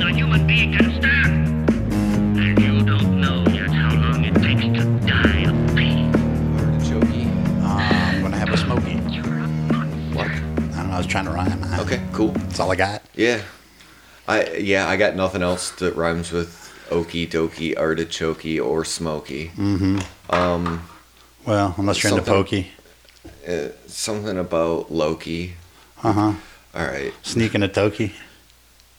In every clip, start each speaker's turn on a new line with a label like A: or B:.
A: we can start. And you don't know yet how long it takes to die of pain.
B: Artichoke.
C: Uh, I'm gonna have a smoky.
A: You're a monster.
C: What? I don't know. I was trying to rhyme. I-
B: Okay, cool.
C: That's all I got.
B: Yeah, I yeah I got nothing else that rhymes with okie dokie, artichoke, or smoky.
C: Well, unless you're into
B: Something.
C: pokey.
B: Uh, something about Loki.
C: Uh huh.
B: All right,
C: Sneaking a toki.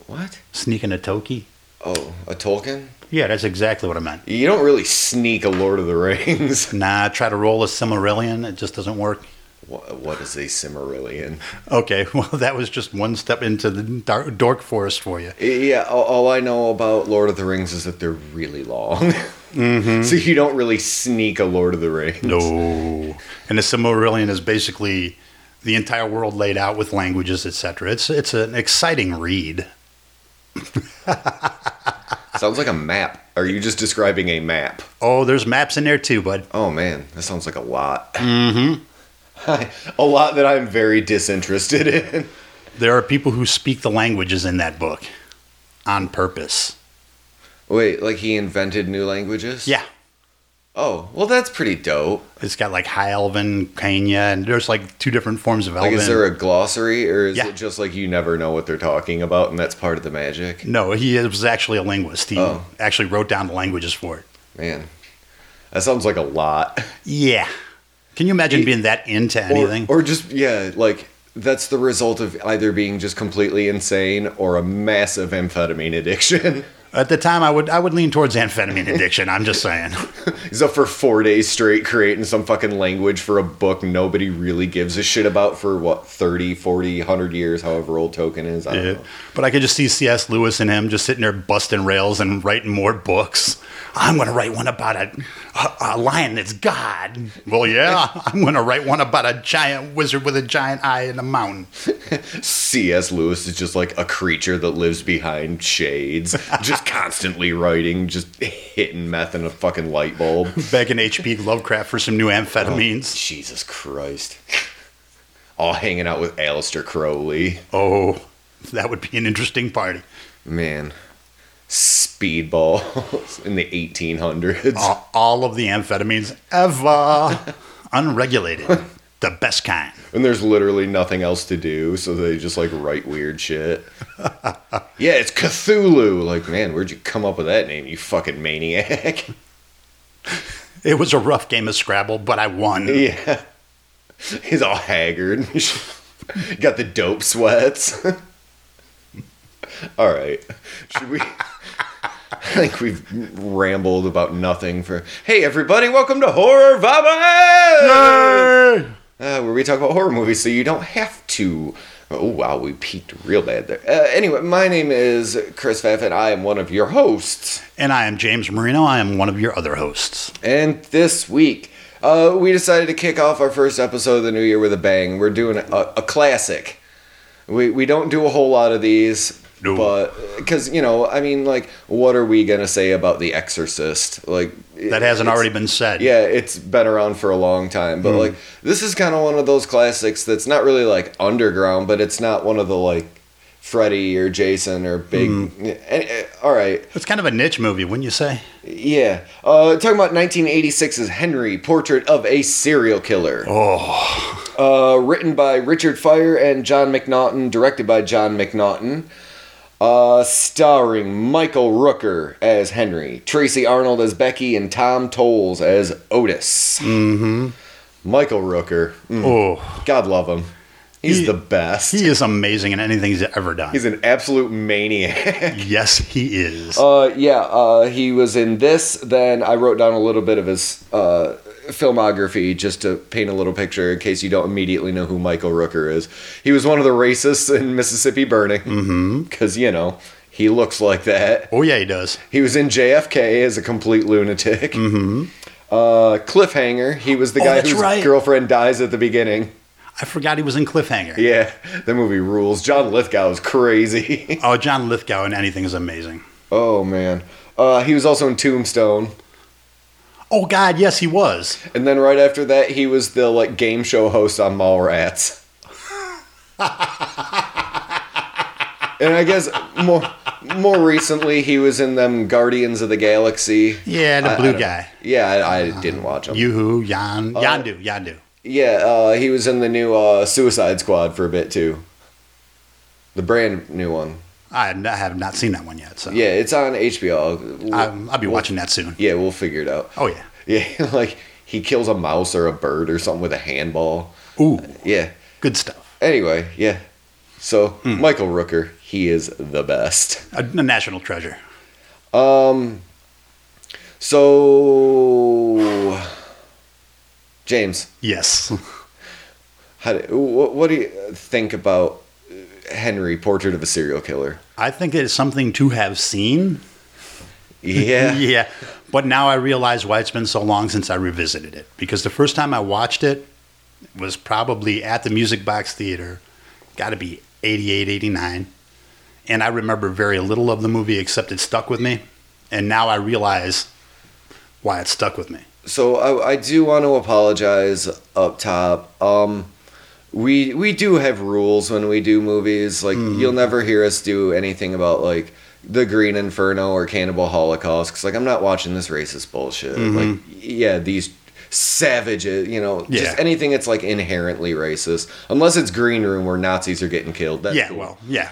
B: what?
C: Sneaking a toki.
B: Oh, a Tolkien?
C: Yeah, that's exactly what I meant.
B: You don't really sneak a Lord of the Rings.
C: Nah, I try to roll a Cimmerillion. It just doesn't work.
B: Wha- what is a Cimmerillion?
C: Okay, well, that was just one step into the dark, dork forest for you.
B: Yeah, all, all I know about Lord of the Rings is that they're really long. So you don't really sneak a Lord of the Rings.
C: No. And the Silmarillion is basically the entire world laid out with languages, etc. It's it's an exciting read.
B: Sounds like a map. Are you just describing a map?
C: Oh, there's maps in there too, bud.
B: Oh man, that sounds like a lot. Mm-hmm. a lot that I'm very disinterested in.
C: There are people who speak the languages in that book on purpose.
B: Wait, like he invented new languages?
C: Yeah.
B: Oh, well, that's pretty dope.
C: It's got like High Elven, Kenya, and there's like two different forms of
B: Like,
C: Elven.
B: is there a glossary, or is
C: Oh, Yeah.
B: it just like you never know what they're talking about, and that's part of the magic?
C: no, he was actually a linguist. He
B: Oh.
C: actually wrote down the languages for it.
B: Man, that sounds like a lot.
C: Yeah. Can you imagine being that into anything?
B: Or, or just yeah, like that's the result of either being just completely insane or a massive amphetamine addiction.
C: At the time, I would I would lean towards amphetamine addiction. I'm just saying.
B: He's up for four days straight creating some fucking language for a book nobody really gives a shit about for what 30, 40, 100 years, however old Token is. I don't
C: Yeah.
B: know.
C: But I could just see C.S. Lewis and him just sitting there busting rails and writing more books. I'm going to write one about a, a, a lion that's God. Well, yeah, I'm going to write one about a giant wizard with a giant eye in a mountain.
B: C.S. Lewis is just like a creature that lives behind shades, just constantly writing, just hitting meth in a fucking light bulb.
C: Begging H.P. Lovecraft for some new amphetamines.
B: Jesus Christ. All hanging out with Aleister Crowley.
C: Oh, that would be an interesting party.
B: Man. Speedballs in the 1800s.
C: All, all of the amphetamines ever. Unregulated. The best kind.
B: And there's literally nothing else to do, so they just like write weird shit. yeah, it's Cthulhu. Like, man, where'd you come up with that name, you fucking maniac?
C: It was a rough game of Scrabble, but I won.
B: yeah. He's all haggard. and shit. Got the dope sweats. all right. Should we. I think we've rambled about nothing for. Hey, everybody, welcome to Horror Vomit! uh, where we talk about horror movies so you don't have to. Oh, wow, we peaked real bad there. Uh, anyway, my name is Chris Pfaff, and I am one of your hosts.
C: And I am James Marino. I am one of your other hosts.
B: And this week, uh, we decided to kick off our first episode of the new year with a bang. We're doing a, a classic. We, we don't do a whole lot of these,
C: No.
B: but because you know, I mean, like, what are we gonna say about The Exorcist? Like,
C: That hasn't
B: it's-
C: already been said.
B: yeah, it's been around for a long time, but like this is kind of one of those classics that's not really like underground, but it's not one of the like Freddy or Jason or big. eh, eh, all right,
C: It's kind of a niche movie, wouldn't you say?
B: yeah. Uh, talking about 1986's Henry, Portrait of a Serial Killer.
C: Oh,
B: Uh, written by Richard Fire and John McNaughton, directed by John McNaughton. Uh, starring Michael Rooker as Henry, Tracy Arnold as Becky, and Tom Tolles as Otis. Mm-hmm. Michael Rooker, Mm,
C: oh.
B: God love him. He's
C: He-
B: the best.
C: He is amazing in anything he's ever done.
B: He's an absolute maniac.
C: yes, he is.
B: Uh, yeah, uh, he was in this. Then I wrote down a little bit of his uh, filmography just to paint a little picture in case you don't immediately know who Michael Rooker is. He was one of the racists in Mississippi Burning
C: Mm-hmm.
B: because you know he looks like that.
C: oh, yeah, he does.
B: He was in JFK as a complete lunatic. Mm-hmm. Uh, Cliffhanger. He was the
C: Oh,
B: guy
C: that's
B: whose
C: right.
B: girlfriend dies at the beginning.
C: I forgot he was in Cliffhanger.
B: Yeah, the movie rules. John Lithgow is crazy.
C: Oh, John Lithgow in anything is amazing.
B: oh man. Uh, he was also in Tombstone.
C: Oh, God, yes, he was.
B: And then right after that, he was the like game show host on Mallrats. And I guess more more recently, he was in them Guardians of the Galaxy.
C: Yeah, the
B: I- I
C: blue
B: don't-
C: guy.
B: Yeah, I, I didn't watch him.
C: Yoo-hoo, Yan, Yandu, Yandu.
B: yeah, uh, he was in the new uh, Suicide Squad for a bit too. The brand new one.
C: I have not- I have not seen that one yet, so
B: Yeah, it's on HBO. We'll-
C: um, I'll be watching that soon.
B: Yeah, we'll figure it out.
C: Oh yeah.
B: Yeah, like he kills a mouse or a bird or something with a handball.
C: Ooh,
B: Yeah.
C: good stuff.
B: Anyway, yeah. So Michael Rooker, he is the best. Um,
C: A, a national treasure.
B: So, James,
C: Yes.
B: how do, what, what do you think about Henry, Portrait of a Serial Killer?
C: I think it is something to have seen.
B: Yeah.
C: yeah. But now I realize why it's been so long since I revisited it. Because the first time I watched it was probably at the Music Box Theater, got to be 88, 89. And I remember very little of the movie except it stuck with me. And now I realize why it stuck with me.
B: So I, I do want to apologize up top. Um, we we do have rules when we do movies. Like
C: Mm-hmm.
B: you'll never hear us do anything about like the Green Inferno or Cannibal Holocaust. Cause like I'm not watching this racist bullshit.
C: Mm-hmm.
B: Like yeah, these savages. You know,
C: Yeah.
B: just anything that's like inherently racist, unless it's Green Room where Nazis are getting killed. That's
C: yeah,
B: cool.
C: well, yeah.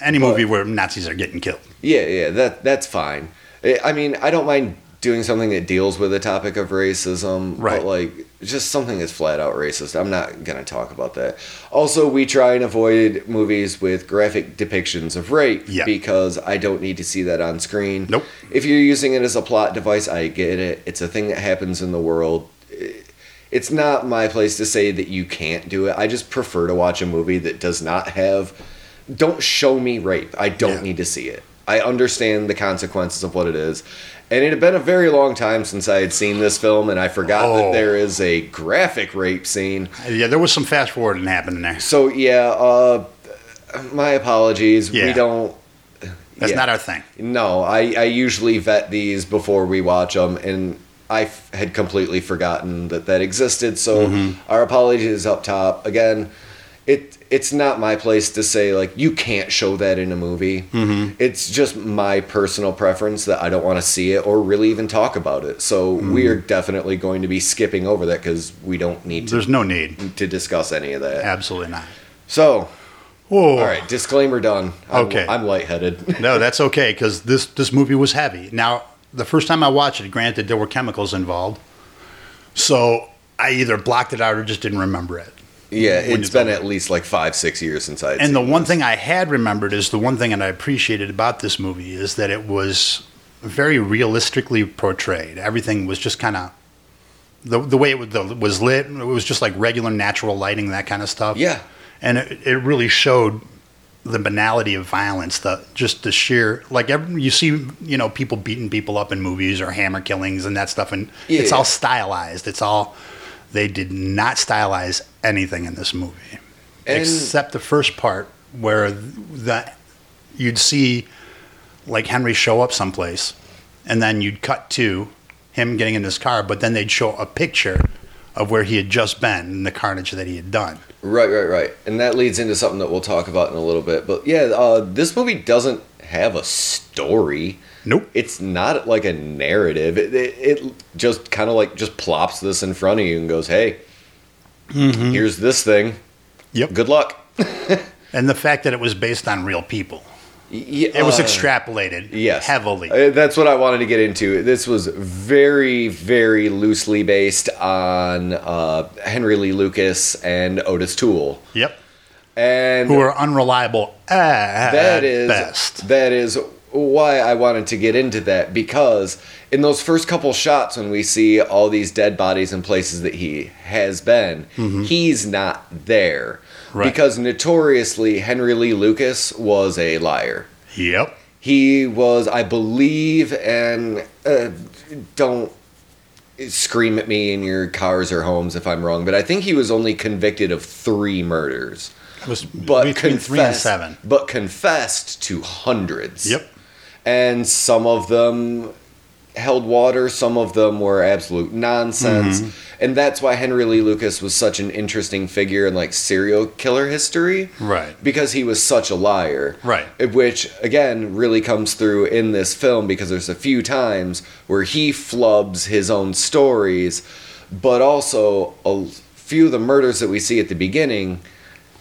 C: Any movie where Nazis are getting killed.
B: Yeah, yeah, that that's fine. I I mean, I don't mind doing something that deals with the topic of racism,
C: Right.
B: but like just something that's flat out racist. I'm not going to talk about that. Also, we try and avoid movies with graphic depictions of rape
C: Yeah.
B: because I don't need to see that on screen.
C: Nope.
B: If you're using it as a plot device, I get it. It's a thing that happens in the world. It's not my place to say that you can't do it. I just prefer to watch a movie that does not have don't show me rape. I don't
C: Yeah.
B: need to see it. I understand the consequences of what it is. And it had been a very long time since I had seen this film, and I forgot that
C: Oh.
B: there is a graphic rape scene.
C: Yeah, there was some fast forwarding happening there.
B: So, yeah, uh, my apologies. We
C: Yeah.
B: don't.
C: That's
B: yeah.
C: not our thing.
B: No, I, I usually vet these before we watch them, and I f- had completely forgotten that that existed. So
C: Mm-hmm.
B: our apologies up top again. It it's not my place to say like you can't show that in a movie. Mm-hmm. It's just my personal preference that I don't want to see it or really even talk about it. So
C: Mm-hmm.
B: we are definitely going to be skipping over that because we don't need to,
C: There's no need.
B: to discuss any of that.
C: Absolutely not.
B: So
C: Oh,
B: all right, disclaimer done. I'm,
C: Okay.
B: I'm lightheaded.
C: no, that's okay because this this movie was heavy. Now, the first time I watched it, granted there were chemicals involved, so I either blocked it out or just didn't remember it.
B: yeah,
C: When
B: it's
C: you
B: been
C: talk-
B: at least like five six years since I. Had
C: And
B: seen
C: the one thing I had remembered is the one thing that I appreciated about this movie is that it was very realistically portrayed. Everything was just kind of the the way it was, the, was lit. It was just like regular natural lighting, that kind of stuff.
B: Yeah.
C: and it, it really showed the banality of violence, the just the sheer like every, you see you know people beating people up in movies or hammer killings and that stuff, and it's
B: Yeah.
C: all stylized. It's all they did not stylize anything in this movie
B: And-
C: except the first part where the you'd see like Henry show up someplace and then you'd cut to him getting in his car but then they'd show a picture of where he had just been and the carnage that he had done
B: Right, right, right. And that leads into something that we'll talk about in a little bit. But yeah, uh, this movie doesn't have a story.
C: nope
B: It's not like a narrative. It, it, it just kind of like just plops this in front of you and goes, hey,
C: Mm-hmm.
B: here's this thing.
C: yep
B: Good luck.
C: and the fact that it was based on real people
B: Yeah,
C: it was
B: uh,
C: extrapolated
B: yes.
C: heavily
B: Uh, That's what I wanted to get into. This was very, very loosely based on uh, Henry Lee Lucas and Otis Toole.
C: yep
B: And
C: who are unreliable at
B: that is
C: best
B: that is why I wanted to get into that because in those first couple shots when we see all these dead bodies in places that he has been, he's not there.
C: Mm-hmm. Right.
B: Because notoriously Henry Lee Lucas was a liar.
C: yep
B: He was, I believe, and uh, don't scream at me in your cars or homes if I'm wrong, but I think he was only convicted of three murders
C: it was
B: but
C: between
B: confessed,
C: three and seven
B: But confessed to hundreds.
C: Yep.
B: And some of them held water. Some of them were absolute nonsense.
C: Mm-hmm.
B: And that's why Henry Lee Lucas was such an interesting figure in like serial killer history.
C: Right.
B: Because he was such a liar.
C: Right.
B: Uh, Which, again, really comes through in this film because there's a few times where he flubs his own stories, but also a few of the murders that we see at the beginning,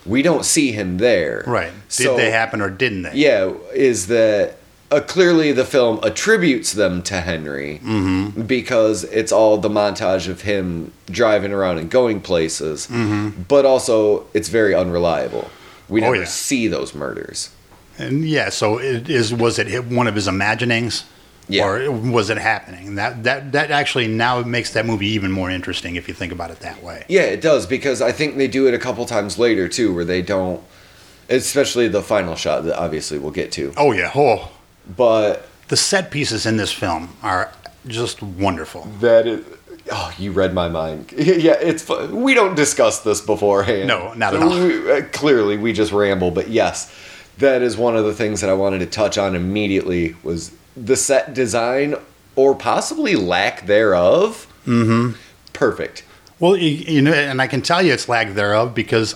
B: we don't see him there.
C: Right. Did
B: So-
C: they happen or didn't they?
B: yeah, is that uh, clearly the film attributes them to Henry
C: Mm-hmm.
B: because it's all the montage of him driving around and going places, but also it's very unreliable. We
C: Mm-hmm. Oh,
B: never
C: yeah.
B: see those murders.
C: And yeah, so it is was it hit one of his imaginings?
B: Yeah.
C: Or was it happening? That that that actually now makes that movie even more interesting if you think about it that way.
B: Yeah, it does because I think they do it a couple times later too, where they don't, especially the final shot that obviously we'll get to.
C: Oh yeah. Oh,
B: But
C: the set pieces in this film are just wonderful.
B: that is. Oh, you read my mind. Yeah, it's fu- we don't discuss this beforehand.
C: No, not at all.
B: We, uh, clearly, we just ramble. But yes, that is one of the things that I wanted to touch on immediately was the set design or possibly lack thereof. Mm-hmm. Perfect.
C: Well, you, you know, and I can tell you it's lack thereof because,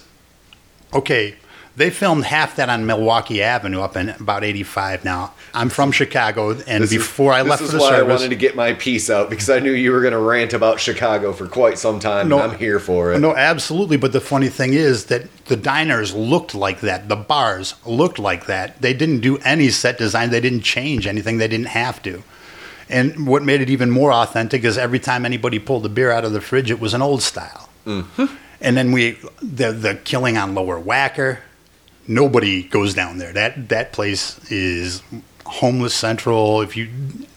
C: okay, they filmed half that on Milwaukee Avenue up in about '85. Now I'm from Chicago, and
B: This is-
C: before I left
B: this is
C: the
B: why I
C: service,
B: wanted to get my piece out because I knew you were going to rant about Chicago for quite some time.
C: No.
B: and I'm here for it.
C: No, absolutely. But the funny thing is that the diners looked like that. The bars looked like that. They didn't do any set design. They didn't change anything. They didn't have to. And what made it even more authentic is every time anybody pulled a beer out of the fridge, it was an old style.
B: Mm-hmm.
C: And then we the the killing on Lower Wacker. Nobody goes down there. That that place is homeless central. If you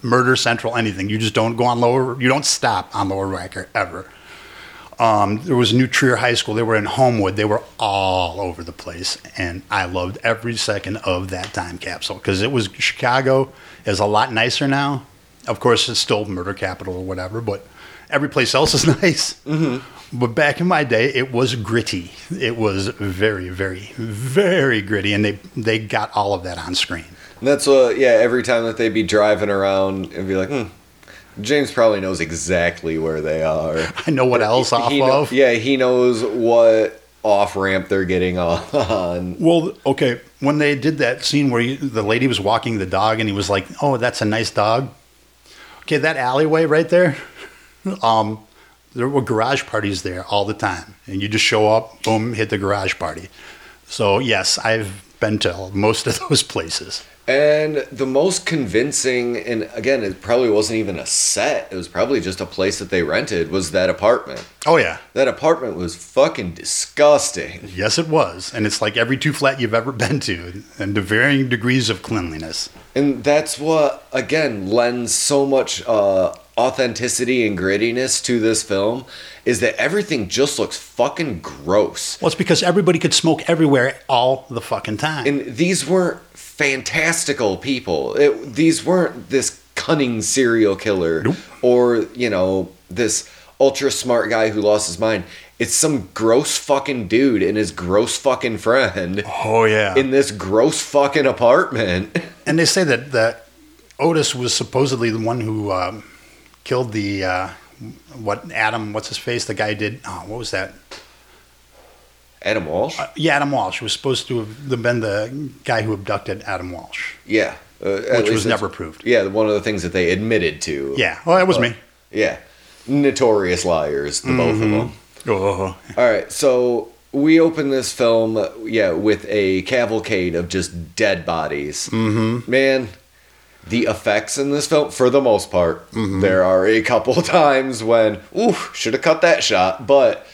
C: murder central, anything, you just don't go on lower. You don't stop on Lower Wacker ever there was New Trier High School. They were in Homewood. They were all over the place, and I loved every second of that time capsule because it was Chicago is a lot nicer now. Of course, it's still murder capital or whatever, but every place else is nice. But back in my day, it was gritty. It was very, very, very gritty, and they they got all of that on screen.
B: That's what, yeah, every time that they'd be driving around and be like, hmm, James probably knows exactly where they are.
C: I know what else off
B: he kno-
C: of.
B: yeah, he knows what off ramp they're getting on.
C: Well, okay. When they did that scene where you, the lady was walking the dog and he was like, "Oh, that's a nice dog." Okay, that alleyway right there. Um, there were garage parties there all the time, and you just show up, boom, hit the garage party. So yes, I've been to most of those places.
B: And the most convincing, and again, it probably wasn't even a set, it was probably just a place that they rented, was that apartment.
C: Oh yeah,
B: That apartment was fucking disgusting.
C: yes it was, and it's like every two flat you've ever been to, and to varying degrees of cleanliness.
B: And that's what, again, lends so much uh, authenticity and grittiness to this film is that everything just looks fucking gross.
C: Well, it's because everybody could smoke everywhere all the fucking time.
B: and these weren't fantastical people. It, these weren't this cunning serial killer or, you know, this ultra smart guy who lost his mind. It's some gross fucking dude and his gross fucking friend
C: oh yeah.
B: in this gross fucking apartment.
C: And they say that that Otis was supposedly the one who um, killed the uh, what Adam, what's his face, the guy did. Oh, what was that?
B: Adam Walsh?
C: Yeah, Adam Walsh was supposed to have been the guy who abducted Adam Walsh.
B: Yeah. Uh, at
C: Which
B: least that's-
C: was never proved.
B: Yeah, one of the things that they admitted to.
C: Yeah, well, that was me.
B: Yeah. Notorious liars, the
C: Mm-hmm.
B: both of them.
C: Oh,
B: All right, so we open this film, yeah, with a cavalcade of just dead bodies. Mm-hmm. Man, the effects in this film, for the most part, there are a couple times when, ooh, should have cut that shot, but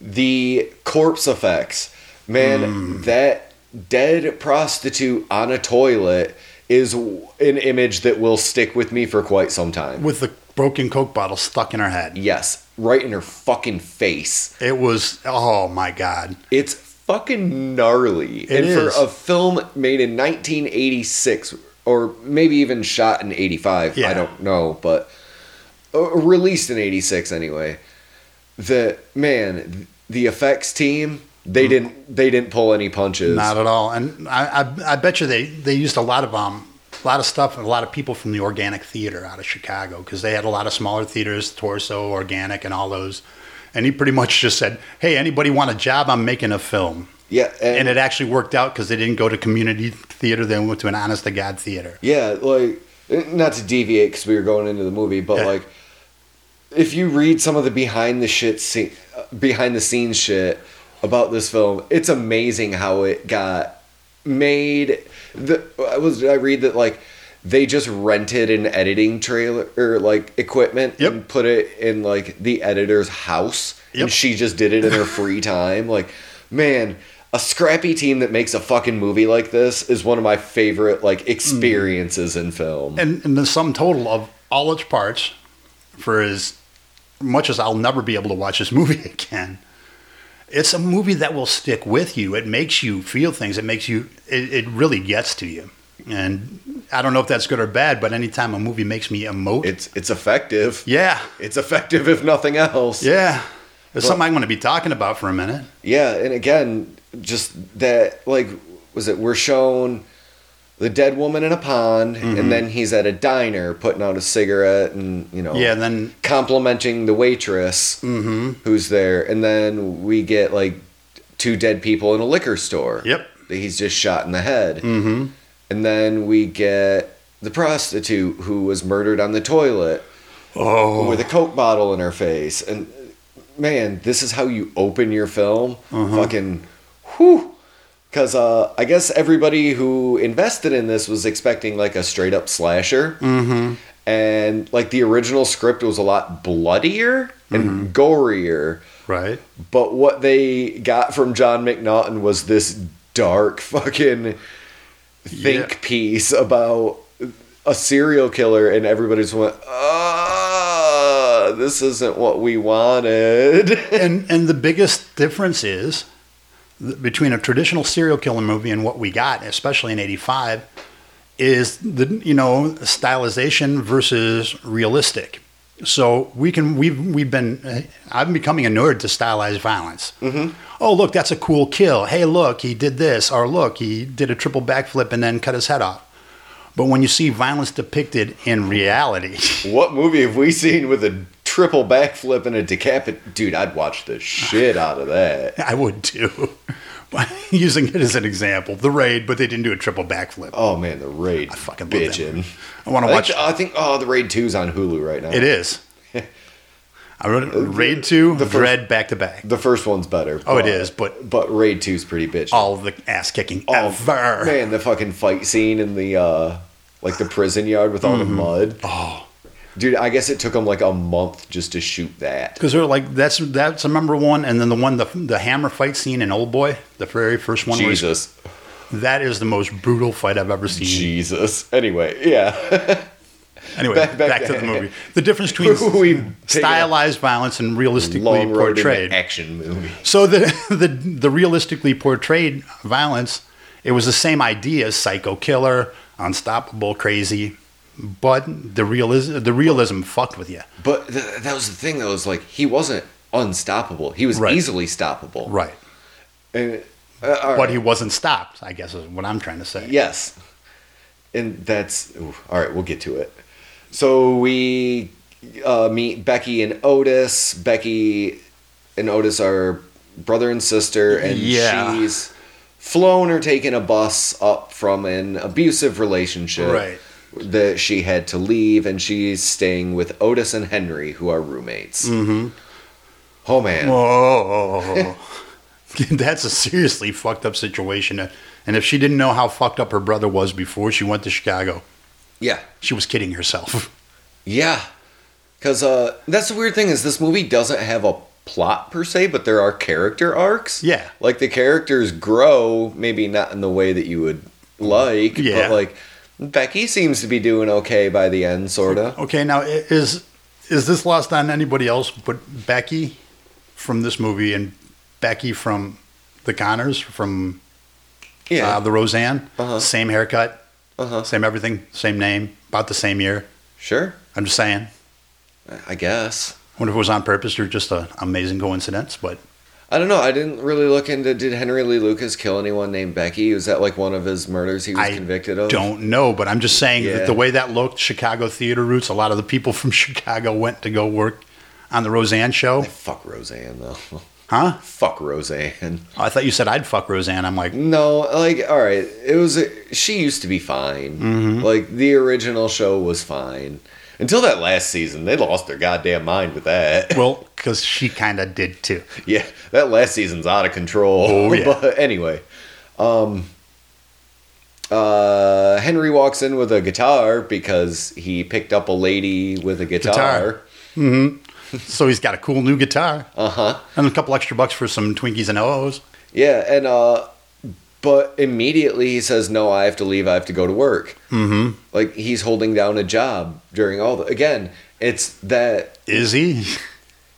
B: the corpse effects, man, that dead prostitute on a toilet is w- an image that will stick with me for quite some time.
C: with the broken Coke bottle stuck in her head.
B: Yes, right in her fucking face.
C: It was oh my god.
B: It's fucking gnarly.
C: It
B: and
C: is.
B: for a film made in 1986 or maybe even shot in 85, I
C: Yeah.
B: don't know, but uh, released in 86 anyway. The man, the effects team, they
C: Mm-hmm.
B: didn't they didn't pull any punches.
C: Not at all. And I, I, I bet you they, they used a lot of um, a lot of stuff, a lot of people from the organic theater out of Chicago because they had a lot of smaller theaters, Torso, Organic, and all those. And he pretty much just said, "Hey, anybody want a job? I'm making a film."
B: Yeah,
C: And it actually worked out because they didn't go to community theater; they went to an honest to god theater.
B: Yeah, like not to deviate because we were going into the movie, but
C: Yeah.
B: like if you read some of the behind the shit scene, behind the scenes shit about this film, it's amazing how it got made. The I was I read that like they just rented an editing trailer or like equipment
C: Yep.
B: and put it in like the editor's house,
C: Yep.
B: and she just did it in her free time. Like, man. A scrappy team that makes a fucking movie like this is one of my favorite like experiences in film.
C: And, and the sum total of all its parts, for as much as I'll never be able to watch this movie again, it's a movie that will stick with you. It makes you feel things. It makes you. It, it really gets to you. And I don't know if that's good or bad, but anytime a movie makes me emote,
B: It's it's effective.
C: yeah,
B: It's effective if nothing else.
C: yeah, it's something I'm going to be talking about for a minute.
B: Yeah, and again, just that like was it we're shown the dead woman in a pond
C: Mm-hmm.
B: and then he's at a diner putting out a cigarette and you know
C: Yeah, Mm-hmm. and then
B: complimenting the waitress who's there and then we get like two dead people in a liquor store
C: Yep.
B: that he's just shot in the head mm-hmm. and then we get the prostitute who was murdered on the toilet
C: oh,
B: with a coke bottle in her face and man this is how you open your film fucking whew because uh, i guess everybody who invested in this was expecting like a straight up slasher mm-hmm. and like the original script was a lot bloodier and gorier
C: right,
B: but what they got from john mcnaughton was this dark fucking think
C: Yeah.
B: piece about a serial killer, and everybody's went, "Ah, this isn't what we wanted."
C: and and the biggest difference is th- between a traditional serial killer movie and what we got, especially in '85, is the you know stylization versus realistic. So we can we've we've been eh, I'm becoming a nerd to stylize violence. Mm-hmm. Oh look, that's a cool kill. Hey look, he did this, or look, he did a triple backflip and then cut his head off. But when you see violence depicted in reality.
B: what movie have we seen with a triple backflip and a decapit? Dude, I'd watch the shit out of that.
C: I would too. But using it as an example, the raid, but they didn't do a triple backflip.
B: Oh man, the raid. I
C: fucking love that
B: bitchin'.
C: I want
B: I
C: to watch.
B: think, I think oh, the raid 2's on Hulu right now.
C: it is. I wrote raid two,
B: the
C: the
B: first-
C: Dread back to back.
B: The first one's better.
C: Oh, it
B: but-
C: is, but- Oh,
B: but raid 2's pretty bitchin'.
C: All the ass kicking ever.
B: Oh, Man, the fucking fight scene in the uh like the prison yard with all the mud.
C: Oh,
B: Dude, I guess it took them like a month just to shoot that.
C: because they're like that's that's a number one, and then the one the the hammer fight scene in Old Boy, the very first one. where he's-
B: Jesus.
C: that is the most brutal fight I've ever seen.
B: Jesus. Anyway, yeah.
C: Anyway,
B: Back-
C: back,
B: back
C: to
B: to-
C: the movie. The difference between
B: We've taken a
C: stylized violence and realistically
B: Long road
C: portrayed.
B: into action movie.
C: So the, the the realistically portrayed violence, it was the same idea as psycho killer, unstoppable, crazy, but the realism the realism fucked with you.
B: But th- that was the thing though, is like he wasn't unstoppable. He was
C: Right.
B: easily stoppable.
C: Right.
B: And, uh, all
C: But
B: right.
C: he wasn't stopped, I guess is what I'm trying to say.
B: Yes. And that's ooh, all right. We'll get to it. So we uh, meet Becky and Otis. Becky and Otis are brother and sister, and
C: Yeah.
B: she's flown or taken a bus up from an abusive relationship
C: Right.
B: that she had to leave, and she's staying with Otis and Henry, who are roommates. Mm-hmm. Oh man,
C: Whoa. That's a seriously fucked up situation. And if she didn't know how fucked up her brother was before she went to Chicago,
B: yeah,
C: she was kidding herself.
B: Yeah, because uh, that's the weird thing is this movie doesn't have a plot per se, but there are character arcs.
C: Yeah.
B: like the characters grow, maybe not in the way that you would like.
C: Yeah.
B: but like Becky seems to be doing okay by the end, sorta.
C: Okay, now i- is is this lost on anybody else but Becky from this movie and Becky from the Connors from
B: Yeah,
C: uh, the Roseanne?
B: Uh-huh.
C: Same haircut,
B: Uh-huh.
C: same everything, same name, about the same year.
B: sure,
C: I'm just saying.
B: I guess.
C: I wonder if it was on purpose or just an amazing coincidence, but
B: I don't know. I didn't really look into. Did Henry Lee Lucas kill anyone named Becky? Was that like one of his murders he was
C: I
B: convicted of?
C: Don't know, but I'm just saying
B: Yeah.
C: that the way that looked, Chicago theater roots. A lot of the people from Chicago went to go work on the Roseanne show,
B: Fuck Roseanne though.
C: huh?
B: Fuck Roseanne.
C: I thought you said I'd fuck Roseanne. I'm like,
B: No, like all right. It was. A, she used to be fine.
C: Mm-hmm.
B: Like the original show was fine until that last season. They lost their goddamn mind with that.
C: well, because she kind of did too.
B: yeah, that last season's out of control.
C: Oh, yeah.
B: but anyway, um, uh, Henry walks in with a guitar because he picked up a lady with a guitar.
C: Guitar. So he's got a cool new guitar
B: Uh huh.
C: and a couple extra bucks for some Twinkies and O's.
B: Yeah, and uh, but immediately he says, "No, I have to leave. I have to go to work." Mm-hmm. Like he's holding down a job during all the. Again, it's that
C: Is he?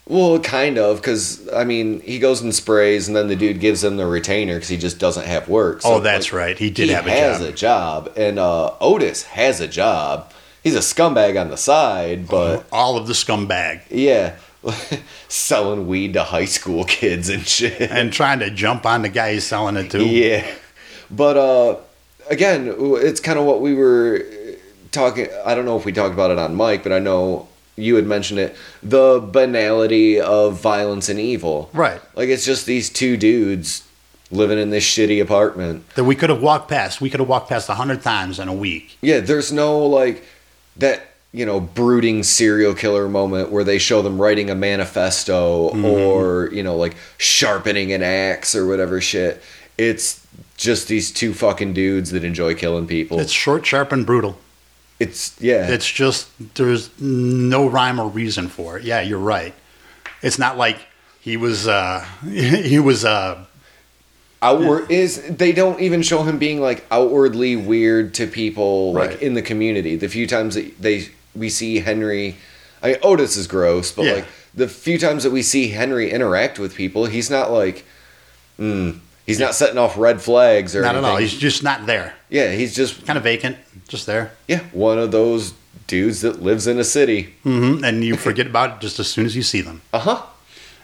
B: Well, kind of, because I mean, he goes and sprays, and then the dude gives him the retainer because he just doesn't have work.
C: Oh, that's right. He did have a
B: has
C: job.
B: a job, and uh, Otis has a job. He's a scumbag on the side, but
C: All of the scumbag
B: yeah, selling weed to high school kids and shit.
C: and trying to jump on the guy he's selling it to.
B: Yeah, but uh, again, it's kind of what we were talking. I don't know if we talked about it on mic, but I know you had mentioned it. The banality of violence and evil.
C: Right.
B: Like it's just these two dudes living in this shitty apartment.
C: That we could have walked past. We could have walked past a hundred times in a week.
B: Yeah, there's no like that, you know, brooding serial killer moment where they show them writing a manifesto or, you know, like sharpening an axe or whatever shit. It's just these two fucking dudes that enjoy killing people.
C: It's
B: It's,
C: short, sharp, and brutal.
B: yeah.
C: It's just there's no rhyme or reason for it. Yeah, you're right. It's not like he was uh he was uh
B: outward is they don't even show him being like outwardly weird to people like
C: Right.
B: in the community. The few times that they we see Henry, I mean, Otis is gross, but
C: Yeah.
B: like the few times that we see Henry interact with people, he's not like, mm, he's not setting off red flags or
C: not at
B: anything.
C: all. He's just not there.
B: yeah, he's just
C: Kind of vacant, just there.
B: yeah one of those dudes that lives in a city.
C: hmm And you forget about it just as soon as you see them.
B: Uh huh.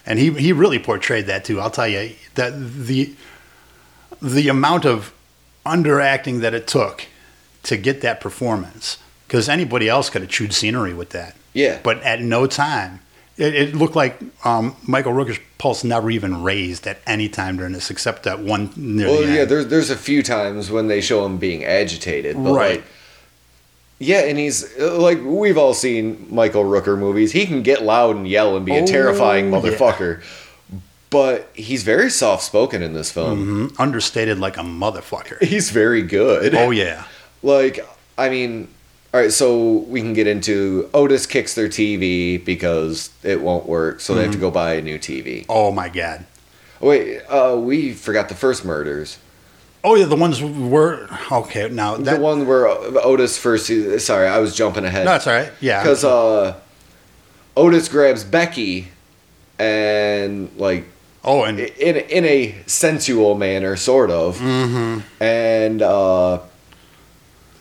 C: And he he really portrayed that too. I'll tell you that the the amount of underacting that it took to get that performance because anybody else could have chewed scenery with that.
B: Yeah.
C: but at no time it, it looked like um, Michael Rooker's pulse never even raised at any time during this, except that one near
B: Well,
C: the
B: yeah,
C: end.
B: there's there's a few times when they show him being agitated, but
C: Right.
B: Like, yeah, and he's uh, like we've all seen Michael Rooker movies. He can get loud and yell and be a
C: Oh,
B: terrifying
C: yeah.
B: motherfucker, but he's very soft spoken in this film.
C: Mhm. understated like a motherfucker.
B: He's very good.
C: Mm. oh yeah,
B: Like I mean, all right, so we can get into Otis kicks their TV because it won't work, so they have to
C: Mm-hmm.
B: go buy a new TV.
C: oh my god.
B: Wait, uh, we forgot the first murders.
C: Oh yeah, the ones were okay. Now that
B: the one where Otis first. Sorry, I was jumping ahead.
C: no, it's all right. Yeah,
B: because uh, Otis grabs Becky, and like
C: oh and
B: in in a sensual manner, sort of, mm-hmm. and uh,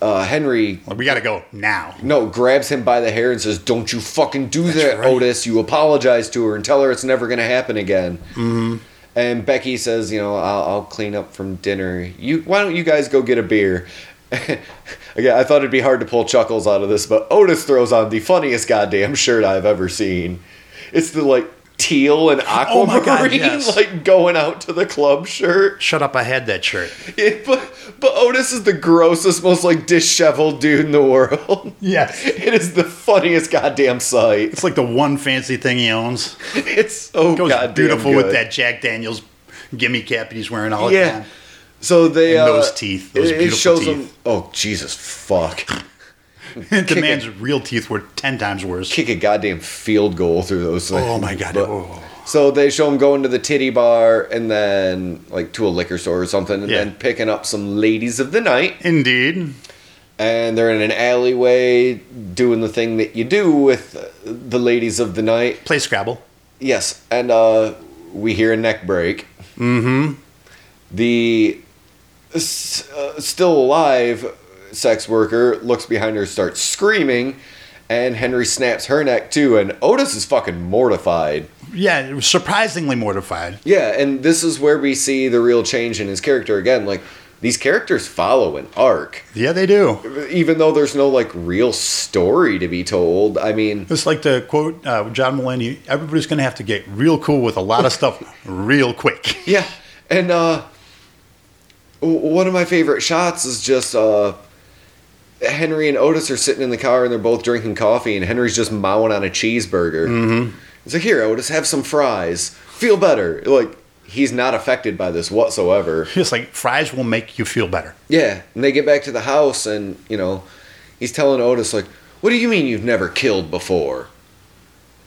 B: uh, Henry
C: well, we got to go now.
B: no grabs him by the hair and says, "Don't you fucking do that,
C: right.
B: Otis! You apologize to her and tell her it's never gonna happen again." Mm-hmm. And Becky says, "You know, I'll, I'll clean up from dinner. You why don't you guys go get a beer?" Again, I thought it'd be hard to pull chuckles out of this, but Otis throws on the funniest goddamn shirt I've ever seen. It's the like teal and
C: Oh my
B: aquamarine,
C: God, yes.
B: like going out to the club shirt.
C: Shut up! I had that shirt.
B: It- but but Otis is the grossest, most like disheveled dude in the world.
C: Yes.
B: It is the funniest goddamn sight.
C: It's like the one fancy thing he owns.
B: It's so
C: Goes
B: goddamn
C: beautiful
B: good.
C: with that Jack Daniels gimme cap he's wearing all the
B: Yeah.
C: time.
B: So they
C: And
B: uh,
C: those teeth, those beautiful teeth.
B: them. Oh Jesus fuck!
C: the man's real teeth were ten times worse.
B: Kick a goddamn field goal through those things.
C: Oh my god!
B: But-
C: oh.
B: So they show him going to the titty bar and then like to a liquor store or something, and
C: Yeah.
B: then picking up some ladies of the night.
C: Indeed.
B: And they're in an alleyway doing the thing that you do with uh, the ladies of the night.
C: Play Scrabble.
B: Yes, and uh, we hear a neck break. Mm-hmm. The s- uh, still alive sex worker looks behind her, starts screaming, and Henry snaps her neck too. And Otis is fucking mortified.
C: yeah, surprisingly mortified.
B: Yeah, and this is where we see the real change in his character again. Like these characters follow an arc,
C: Yeah, they do.
B: even though there's no like real story to be told. I mean,
C: It's like to quote uh, John Mulaney: "Everybody's going to have to get real cool with a lot of stuff real quick."
B: yeah, and uh, w- one of my favorite shots is just uh. Henry and Otis are sitting in the car and they're both drinking coffee and Henry's just mowing on a cheeseburger. Mm-hmm. He's like, "Here, Otis, have some fries. Feel better." Like he's not affected by this whatsoever.
C: It's like fries will make you feel better.
B: Yeah, and they get back to the house, and you know, he's telling Otis like, "What do you mean you've never killed before?"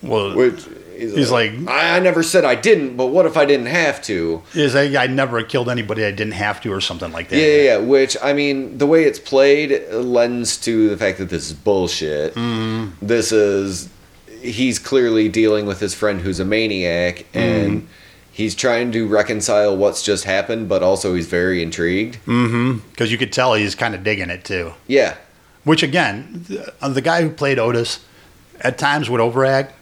C: Well,
B: Which he's,
C: He's like-
B: "I, I never said I didn't, but what if I didn't have to?"
C: is I, I never killed anybody I didn't have to or something like that.
B: Yeah, yeah, yeah. Which I mean, the way it's played lends to the fact that this is bullshit. Mm. This is he's clearly dealing with his friend who's a maniac, and he's trying to reconcile what's just happened, but also he's very intrigued.
C: Because you could tell he's kind of digging it too.
B: Yeah,
C: Which again, the, uh, the guy who played Otis at times would overact.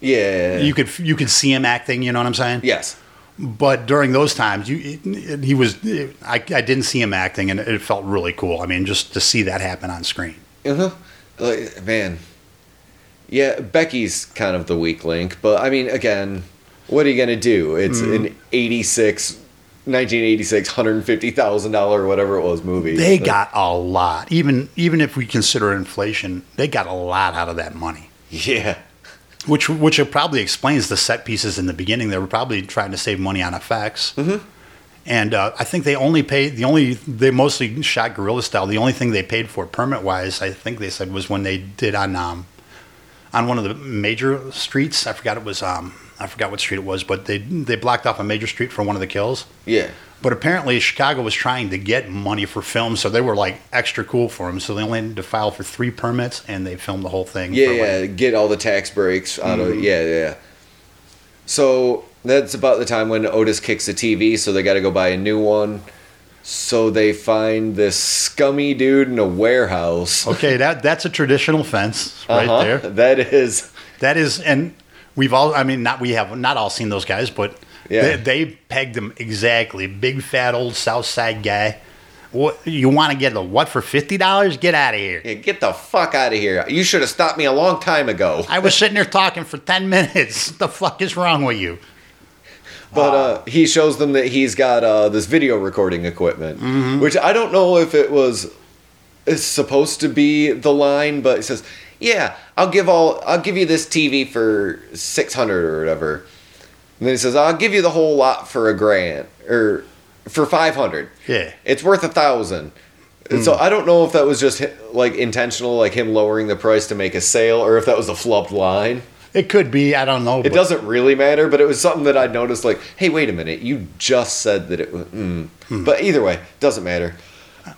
B: yeah,
C: You could you could see him acting. You know what I'm saying?
B: yes.
C: But during those times, you it, it- he was I, I didn't see him acting, and it felt really cool. I mean, just to see that happen on screen.
B: Uh-huh. Like, man. Yeah, Becky's kind of the weak link, but I mean, again, what are you going to do? It's
C: Hmm.
B: an 86, 1986, $150,000 or whatever it was movie.
C: They
B: But-
C: got a lot, even even if we consider inflation, they got a lot out of that money.
B: Yeah.
C: Which which it probably explains the set pieces in the beginning. They were probably trying to save money on effects. Mm-hmm. And uh, I think they only paid the only they mostly shot guerrilla style. The only thing they paid for permit wise, I think they said was when they did on um, on one of the major streets. I forgot it was um, I forgot what street it was, but they they blocked off a major street for one of the kills.
B: Yeah.
C: But apparently, Chicago was trying to get money for film, so they were like extra cool for them. So they only had to file for three permits, and they filmed the whole thing.
B: Yeah,
C: for Hmm. like-
B: yeah. Get all the tax breaks out of Yeah, yeah. So that's about the time when Otis kicks the TV, so they got to go buy a new one. So they find this scummy dude in a warehouse.
C: Okay, that that's a traditional fence Oh, right
B: Uh-huh.
C: there.
B: That is.
C: That is, and we've all. I mean, not we have not all seen those guys, but
B: Yeah.
C: they, they pegged him exactly. Big fat old South Side guy. What you want to get a what for fifty dollars? Get out of here.
B: Yeah, get the fuck out of here. You should have stopped me a long time ago.
C: I was sitting there talking for ten minutes. the fuck is wrong with you?
B: But uh, he shows them that he's got uh, this video recording equipment, which I don't know if it was is supposed to be the line, but he says, "Yeah, I'll give all I'll give you this TV for 600 or whatever." And then he says, "I'll give you the whole lot for a grand or for 500."
C: Yeah.
B: It's worth a 1000. And So I don't know if that was just hi- like intentional like him lowering the price to make a sale or if that was a flubbed line.
C: It could be. I don't know.
B: It doesn't really matter, but it was something that I noticed. Like, hey, wait a minute, you just said that it was. Mm.
C: Hmm.
B: But either way, doesn't matter.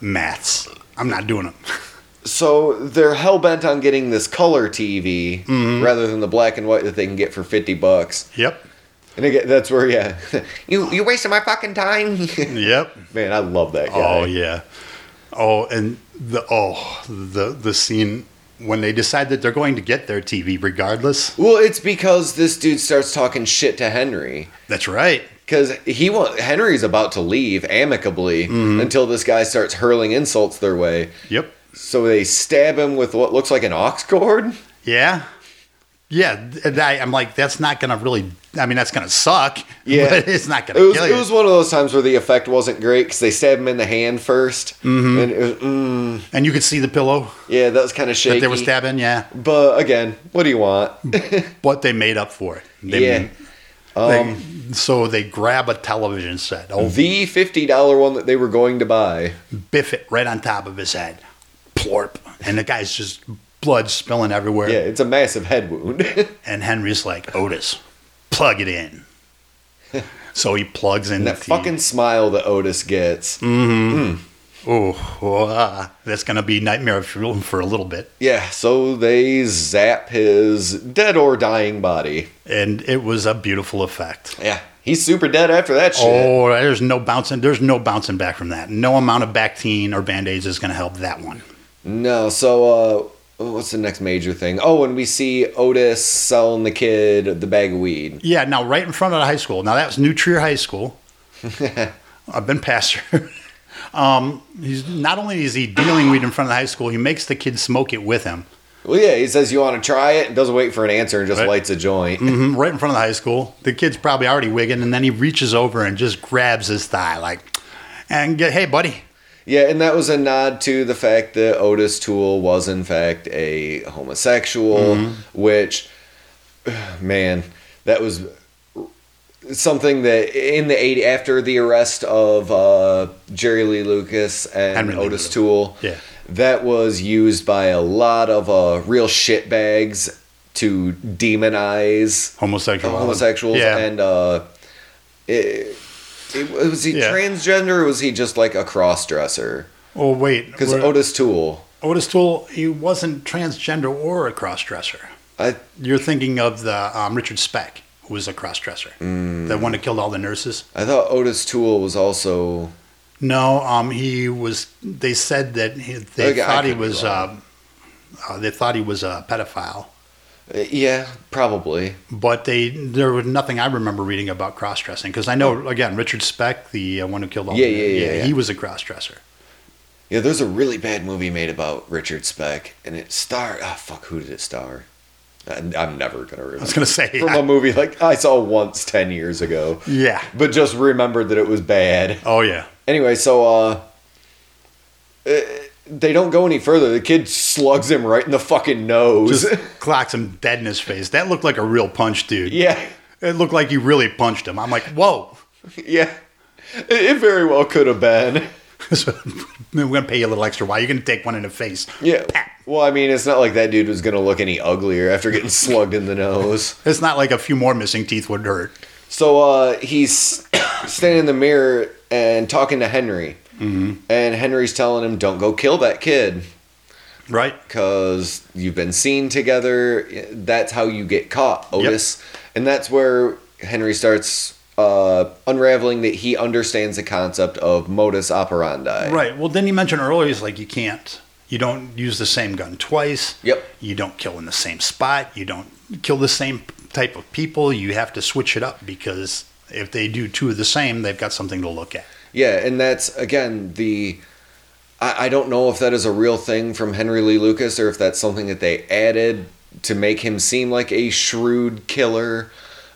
C: maths. I'm not doing them.
B: So they're hell bent on getting this color TV
C: Mm-hmm.
B: rather than the black and white that they can get for fifty bucks.
C: Yep.
B: And again, that's where yeah, you you wasting my fucking time.
C: Yep.
B: Man, I love that guy.
C: Oh yeah. Oh, and the oh the the scene when they decide that they're going to get their TV regardless.
B: Well, it's because this dude starts talking shit to Henry.
C: That's right.
B: Because he want Henry's about to leave amicably
C: Mm-hmm.
B: until this guy starts hurling insults their way.
C: Yep.
B: So they stab him with what looks like an ox cord.
C: Yeah. Yeah, and I, I'm like, that's not gonna really. I mean, that's gonna suck.
B: Yeah.
C: but it's not gonna
B: It was,
C: kill
B: it
C: you.
B: was one of those times where the effect wasn't great because they stabbed him in the hand 1st
C: Mm-hmm.
B: and it was, mm,
C: and you could see the pillow
B: yeah, that was kind of shaky.
C: that they were stabbing. Yeah,
B: But again, what do you want?
C: but they made up for it. They,
B: Yeah. Um,
C: they- so they grab a television set, oh,
B: the fifty dollar one that they were going to buy.
C: biff it right on top of his head, plorp, and the guy's just blood spilling everywhere.
B: Yeah, it's a massive head wound.
C: And Henry's like, Otis, plug it in. so he plugs in
B: that
C: the
B: fucking smile that Otis gets.
C: Mm. Oh, that's gonna be nightmare fuel for a little bit.
B: Yeah, so they zap his dead or dying body.
C: And it was a beautiful effect.
B: Yeah, he's super dead after that shit.
C: Oh, there's no bouncing. There's no bouncing back from that. No amount of Bactine or Band-Aids is going to help that one.
B: No, so uh, oh, what's the next major thing? Oh, and we see Otis selling the kid the bag of weed.
C: Yeah, now right in front of the high school. Now that was New Trier High School. I've been past her. um, he's not only is he dealing weed in front of the high school, he makes the kid smoke it with him.
B: Well, yeah, he says you want to try it, and doesn't wait for an answer, and just
C: Right.
B: lights a joint.
C: Mhm, right in front of the high school. The kid's probably already wigging, and then he reaches over and just grabs his thigh, like, and get, hey, buddy.
B: Yeah, and that was a nod to the fact that Otis Toole was in fact a homosexual,
C: Mm-hmm.
B: which man, that was something that in the 80 after the arrest of uh, Jerry Lee Lucas and
C: Henry Lee
B: Otis
C: Lucas.
B: Toole.
C: Yeah.
B: That was used by a lot of uh, real shitbags to demonize
C: Homosexual.
B: homosexuals
C: Yeah.
B: and uh it, it, was he
C: Yeah.
B: transgender or was he just like a cross dresser?
C: oh, wait.
B: Because
C: we're-
B: Otis Toole,
C: Otis Toole, he wasn't transgender or a crossdresser.
B: I
C: You're thinking of the um, Richard Speck, who was a crossdresser,
B: Mm.
C: the one that killed all the nurses.
B: I thought Otis Toole was also
C: No, um, he was. They said that he, they
B: Okay, I
C: thought he
B: could be
C: was. Uh,
B: wrong.
C: uh, they thought he was a pedophile,
B: uh, yeah, probably.
C: but they there was nothing I remember reading about cross dressing because I know again Richard Speck, the uh, one who killed all.
B: Oh. Yeah,
C: the,
B: yeah, yeah, yeah.
C: He was a cross dresser.
B: Yeah, there's a really bad movie made about Richard Speck, and it starred. Ah, fuck, who did it star? I- I'm never gonna remember.
C: I was gonna say,
B: from a movie like I saw once ten years ago,
C: yeah.
B: but just remembered that it was bad.
C: Oh yeah.
B: Anyway, so uh, uh, they don't go any further. The kid slugs him right in the fucking nose.
C: Just clocks him dead in his face. That looked like a real punch, dude.
B: yeah,
C: It looked like he really punched him. I'm like, whoa.
B: yeah. It, it very well could have been.
C: So, We're gonna pay you a little extra. Why you gonna take one in the face?
B: Yeah.
C: Pat.
B: Well, I mean, it's not like that dude was gonna look any uglier after getting slugged in the nose.
C: It's not like a few more missing teeth would hurt.
B: So uh, he's standing in the mirror and talking to Henry, mm-hmm. and Henry's telling him, "Don't go kill that kid."
C: Right?
B: because you've been seen together. That's how you get caught, Otis. And that's where Henry starts uh, unraveling that he understands the concept of modus operandi.
C: Right. Well, then you mentioned earlier, he's like, you can't. You don't use the same gun twice.
B: Yep.
C: You don't kill in the same spot. You don't kill the same type of people. You have to switch it up because if they do two of the same, they've got something to look at.
B: Yeah, and that's, again, the. I, I don't know if that is a real thing from Henry Lee Lucas or if that's something that they added to make him seem like a shrewd killer,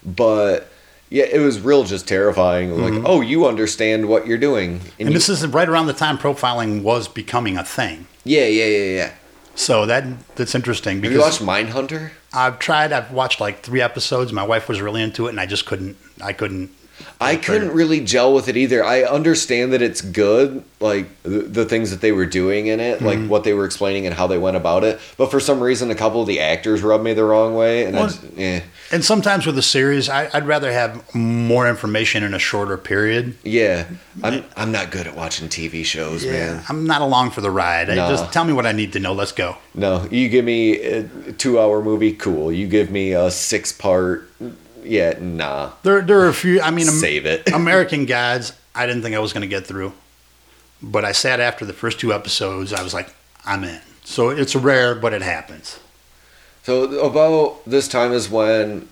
B: but. Yeah, it was real just terrifying. Like, oh, you understand what you're doing. And
C: Mm-hmm. And
B: you-
C: this is right around the time profiling was becoming a thing.
B: yeah, yeah, yeah, yeah.
C: So that that's interesting
B: Have you
C: because
B: watched Mindhunter?
C: I've tried. I've watched like three episodes. My wife was really into it, and I just couldn't. I couldn't.
B: I couldn't really gel with it either. I understand that it's good, like the, the things that they were doing in it,
C: Mm-hmm.
B: like what they were explaining and how they went about it. But for some reason, a couple of the actors rubbed me the wrong way, and I
C: Well,
B: just, eh.
C: And sometimes with a series, I, I'd rather have more information in a shorter period.
B: yeah, I'm I'm not good at watching TV shows, man.
C: I'm not along for the ride. I-
B: No.
C: Just tell me what I need to know. Let's go.
B: No, you give me a two-hour movie, cool. You give me a six-part, yeah, nah,
C: There, there are a few. I mean, Am-
B: save it.
C: American Gods. I didn't think I was going to get through, but I sat after the first two episodes. I was like, I'm in. So it's rare, but it happens.
B: So about this time is when,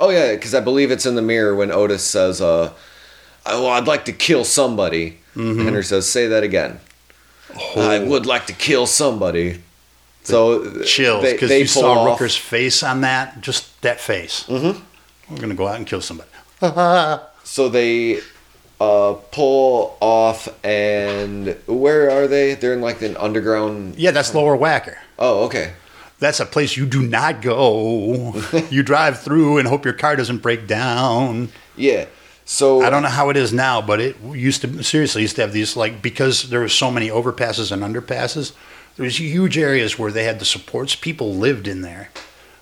B: oh yeah, because I believe it's in the mirror when Otis says, "Uh, "Oh, well, I'd like to kill somebody."
C: Mm-hmm.
B: Henry says, "Say that again." I
C: Oh.
B: would like to kill somebody. So
C: Chills
B: they-
C: because
B: they
C: you
B: pull
C: saw
B: off.
C: Rooker's face on that. Just that face. Mm-hmm. We're going to go out and kill somebody.
B: So they uh, pull off, and where are they? They're in like an underground.
C: Yeah, that's Lower Whacker.
B: Oh, okay.
C: That's a place you do not go. you drive through and hope your car doesn't break down.
B: Yeah. So
C: I don't know how it is now, but it used to seriously used to have these like because there were so many overpasses and underpasses. There was huge areas where they had the supports. People lived in there.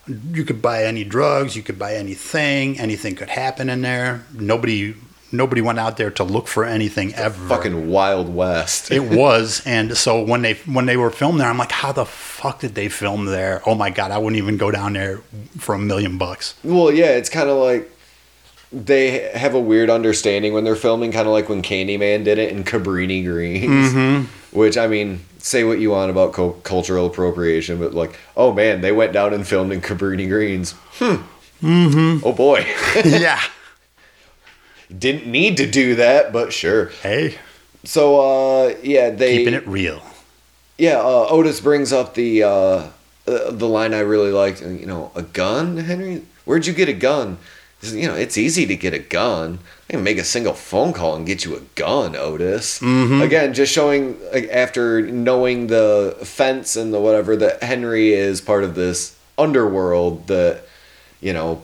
C: You could buy any drugs. You could buy anything. Anything could happen in there. Nobody nobody went out there to look for anything ever.
B: Fucking Wild West.
C: It was, and so when they when they were filmed there, I'm like, how the fuck did they film there? Oh my god, I wouldn't even go down there for a million bucks.
B: Well, yeah, it's kind of like they have a weird understanding when they're filming, kind of like when Candyman did it in Cabrini Greens.
C: Mm-hmm.
B: Which I mean, say what you want about co- cultural appropriation, but like, oh man, they went down and filmed in Cabrini Greens. Hmm. Mm-hmm. Oh boy,
C: yeah.
B: didn't need to do that, but sure.
C: Hey,
B: So uh, yeah, they
C: keeping it real.
B: yeah, uh, Otis brings up the uh, uh, the line I really liked. uh, You know, a gun, Henry. Where'd you get a gun? He says, You know, it's easy to get a gun. I can make a single phone call and get you a gun, Otis. Again, just showing like, after knowing the fence and the whatever that Henry is part of this underworld that you know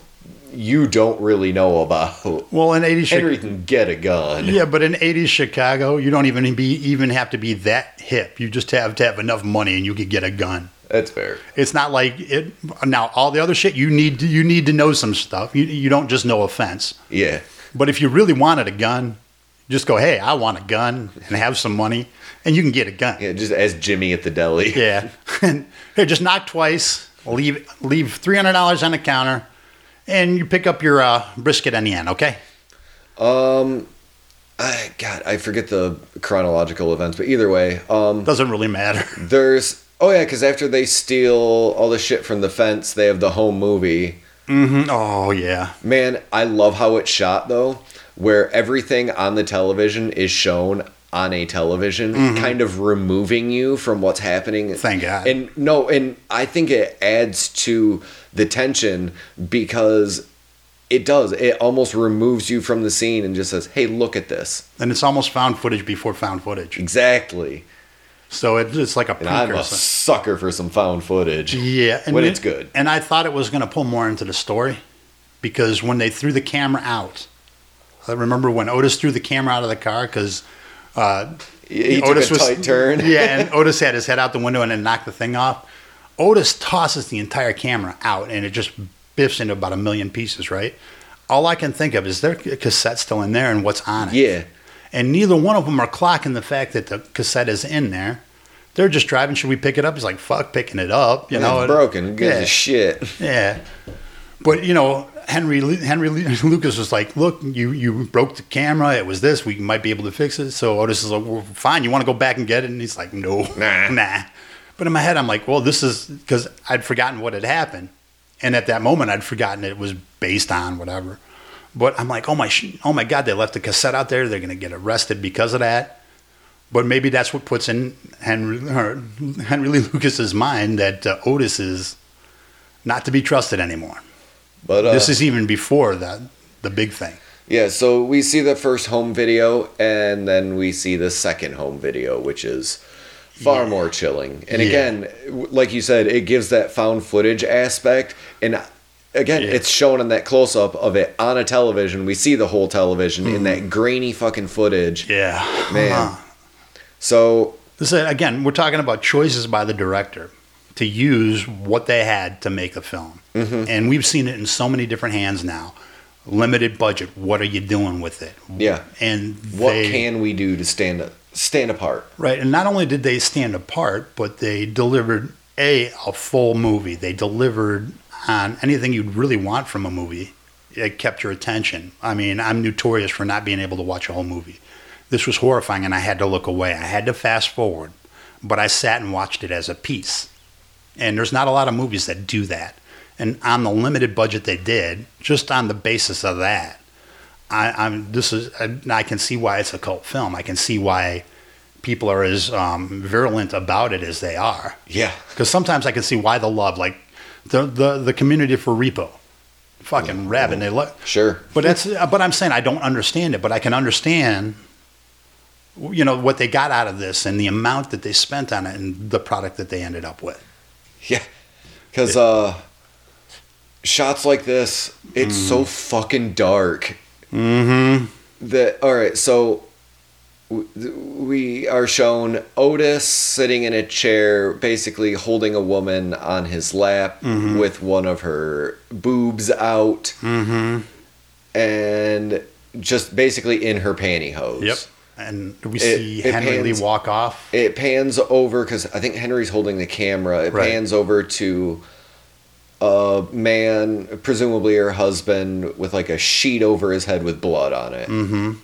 B: you don't really know about.
C: Well, in 80s Chicago.
B: Henry can get a gun.
C: Yeah, but in 80s Chicago, you don't even be even have to be that hip. You just have to have enough money and you could get a gun.
B: That's fair.
C: It's not like it now all the other shit you need to, you need to know some stuff. You you don't just know offense.
B: Yeah.
C: But if you really wanted a gun, just go, "Hey, I want a gun and have some money and you can get a gun."
B: Yeah, just as Jimmy at the deli.
C: Yeah. And here, just knock twice, leave leave $300 on the counter and you pick up your uh, brisket on the end, okay?
B: Um, I, God, I forget the chronological events, but either way, um,
C: Doesn't really matter.
B: there's oh yeah, because after they steal all the shit from the fence, they have the home movie.
C: oh, yeah.
B: Man, I love how it's shot though, where everything on the television is shown on a television, kind of removing you from what's happening.
C: Thank God.
B: And no, and I think it adds to the tension because it does. It almost removes you from the scene and just says, "Hey, look at this."
C: And it's almost found footage before found footage.
B: Exactly.
C: So it, it's like a
B: And I'm a
C: precursor.
B: sucker for some found footage.
C: Yeah.
B: when
C: it-
B: it's good.
C: And I thought it was going to pull more into the story because when they threw the camera out, I remember when Otis threw the camera out of the car because uh,
B: He took a tight turn.
C: yeah, and Otis had his head out the window and then knocked the thing off. Otis tosses the entire camera out and it just biffs into about a million pieces, right? All I can think of is there a cassette still in there and what's on it.
B: Yeah.
C: and neither one of them are clocking the fact that the cassette is in there. They're just driving. Should we pick it up? He's like, "Fuck, picking it up." You
B: And
C: know,
B: it's broken. Who gives
C: yeah,
B: a shit?
C: yeah. But you know, Henry Lu- Henry Lu- Lucas was like, "Look, you you broke the camera. It was this. We might be able to fix it." So Otis is like, well, "Fine, you want to go back and get it?" And he's like, "No,
B: Nah.
C: nah." But in my head, I'm like, "Well, this is because I'd forgotten what had happened, and at that moment, I'd forgotten it was based on whatever." But I'm like, "Oh my, sh- oh my God! They left the cassette out there. They're gonna get arrested because of that." But maybe that's what puts in Henry, or Henry Lee Lucas's mind that uh, Otis is not to be trusted anymore.
B: But uh,
C: this is even before that the big thing.
B: yeah. So we see the first home video, and then we see the second home video, which is far more chilling. And
C: Yeah.
B: again, w- like you said, it gives that found footage aspect, and uh, again,
C: Yeah.
B: it's shown in that close up of it on a television. We see the whole television
C: Mm-hmm.
B: in that grainy fucking footage.
C: Yeah,
B: Man. So
C: This is, again, we're talking about choices by the director to use what they had to make the film,
B: Mm-hmm.
C: and we've seen it in so many different hands now. Limited budget. What are you doing with it?
B: Yeah.
C: and
B: what
C: they-
B: can we do to stand stand apart?
C: Right, and not only did they stand apart, but they delivered a a full movie. They delivered on anything you'd really want from a movie. It kept your attention. I mean, I'm notorious for not being able to watch a whole movie. This was horrifying, and I had to look away. I had to fast forward, but I sat and watched it as a piece. And there's not a lot of movies that do that. And on the limited budget they did, just on the basis of that, I, I'm this is I, I can see why it's a cult film. I can see why people are as um, virulent about it as they are.
B: Yeah.
C: Because sometimes I can see why the love, like the the, the community for Repo, fucking rabid. They love,
B: Sure.
C: but that's uh, but I'm saying I don't understand it, but I can understand you know what they got out of this and the amount that they spent on it and the product that they ended up with.
B: Yeah. Cause uh shots like this, it's so fucking dark. Mm-hmm. That all right, so w- th- we are shown Otis sitting in a chair, basically holding a woman on his lap with one of her boobs out, mm-hmm. and just basically in her pantyhose.
C: And we
B: It-
C: see
B: it
C: Henry Lee
B: pans-
C: walk off.
B: it pans over because I think Henry's holding the camera. It
C: Right.
B: pans over to a man, presumably her husband, with like a sheet over his head with blood on it.
C: Mm.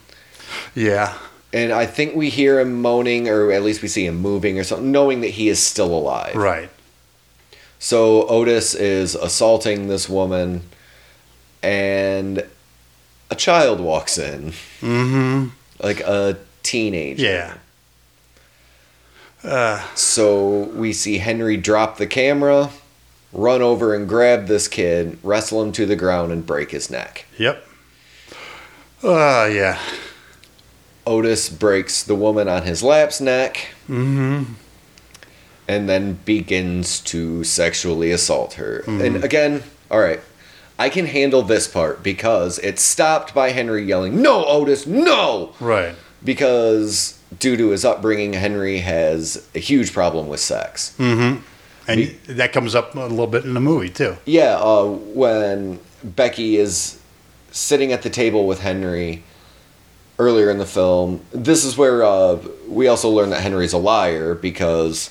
C: Yeah.
B: And I think we hear him moaning, or at least we see him moving or something, knowing that he is still alive.
C: Right.
B: So Otis is assaulting this woman, and a child walks in. Mm-hmm. Like a teenager.
C: Yeah.
B: So we see Henry drop the camera, run over and grab this kid, wrestle him to the ground, and break his neck.
C: Yep. Uh, yeah.
B: Otis breaks the woman on his lap's neck. Mm-hmm. And then begins to sexually assault her. And again, all right, I can handle this part because it's stopped by Henry yelling, No, Otis, no!
C: Right.
B: Because due to his upbringing, Henry has a huge problem with sex.
C: And that comes up a little bit in the movie, too.
B: Yeah, uh, when Becky is sitting at the table with Henry earlier in the film, this is where uh, we also learn that Henry's a liar because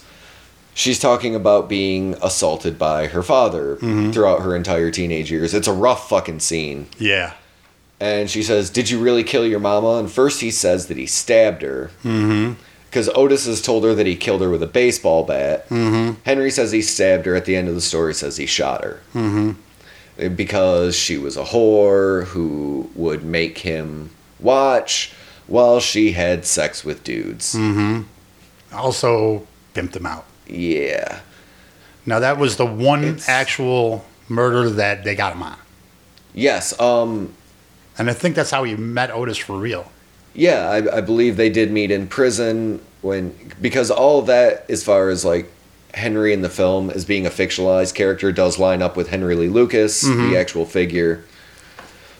B: she's talking about being assaulted by her father throughout her entire teenage years. It's a rough fucking scene.
C: Yeah.
B: And she says, Did you really kill your mama? And first he says that he stabbed her. Because mm-hmm. Otis has told her that he killed her with a baseball bat. Mm-hmm. Henry says he stabbed her. At the end of the story, says he shot her. Mm-hmm. Because she was a whore who would make him watch while she had sex with dudes.
C: Mm-hmm. Also pimped him out.
B: Yeah.
C: Now, that was the one
B: It's-
C: actual murder that they got him on.
B: Yes. Um.
C: And I think that's how he met Otis for real.
B: Yeah, I, I believe they did meet in prison when because all of that, as far as like Henry in the film as being a fictionalized character, does line up with Henry Lee Lucas, the actual figure.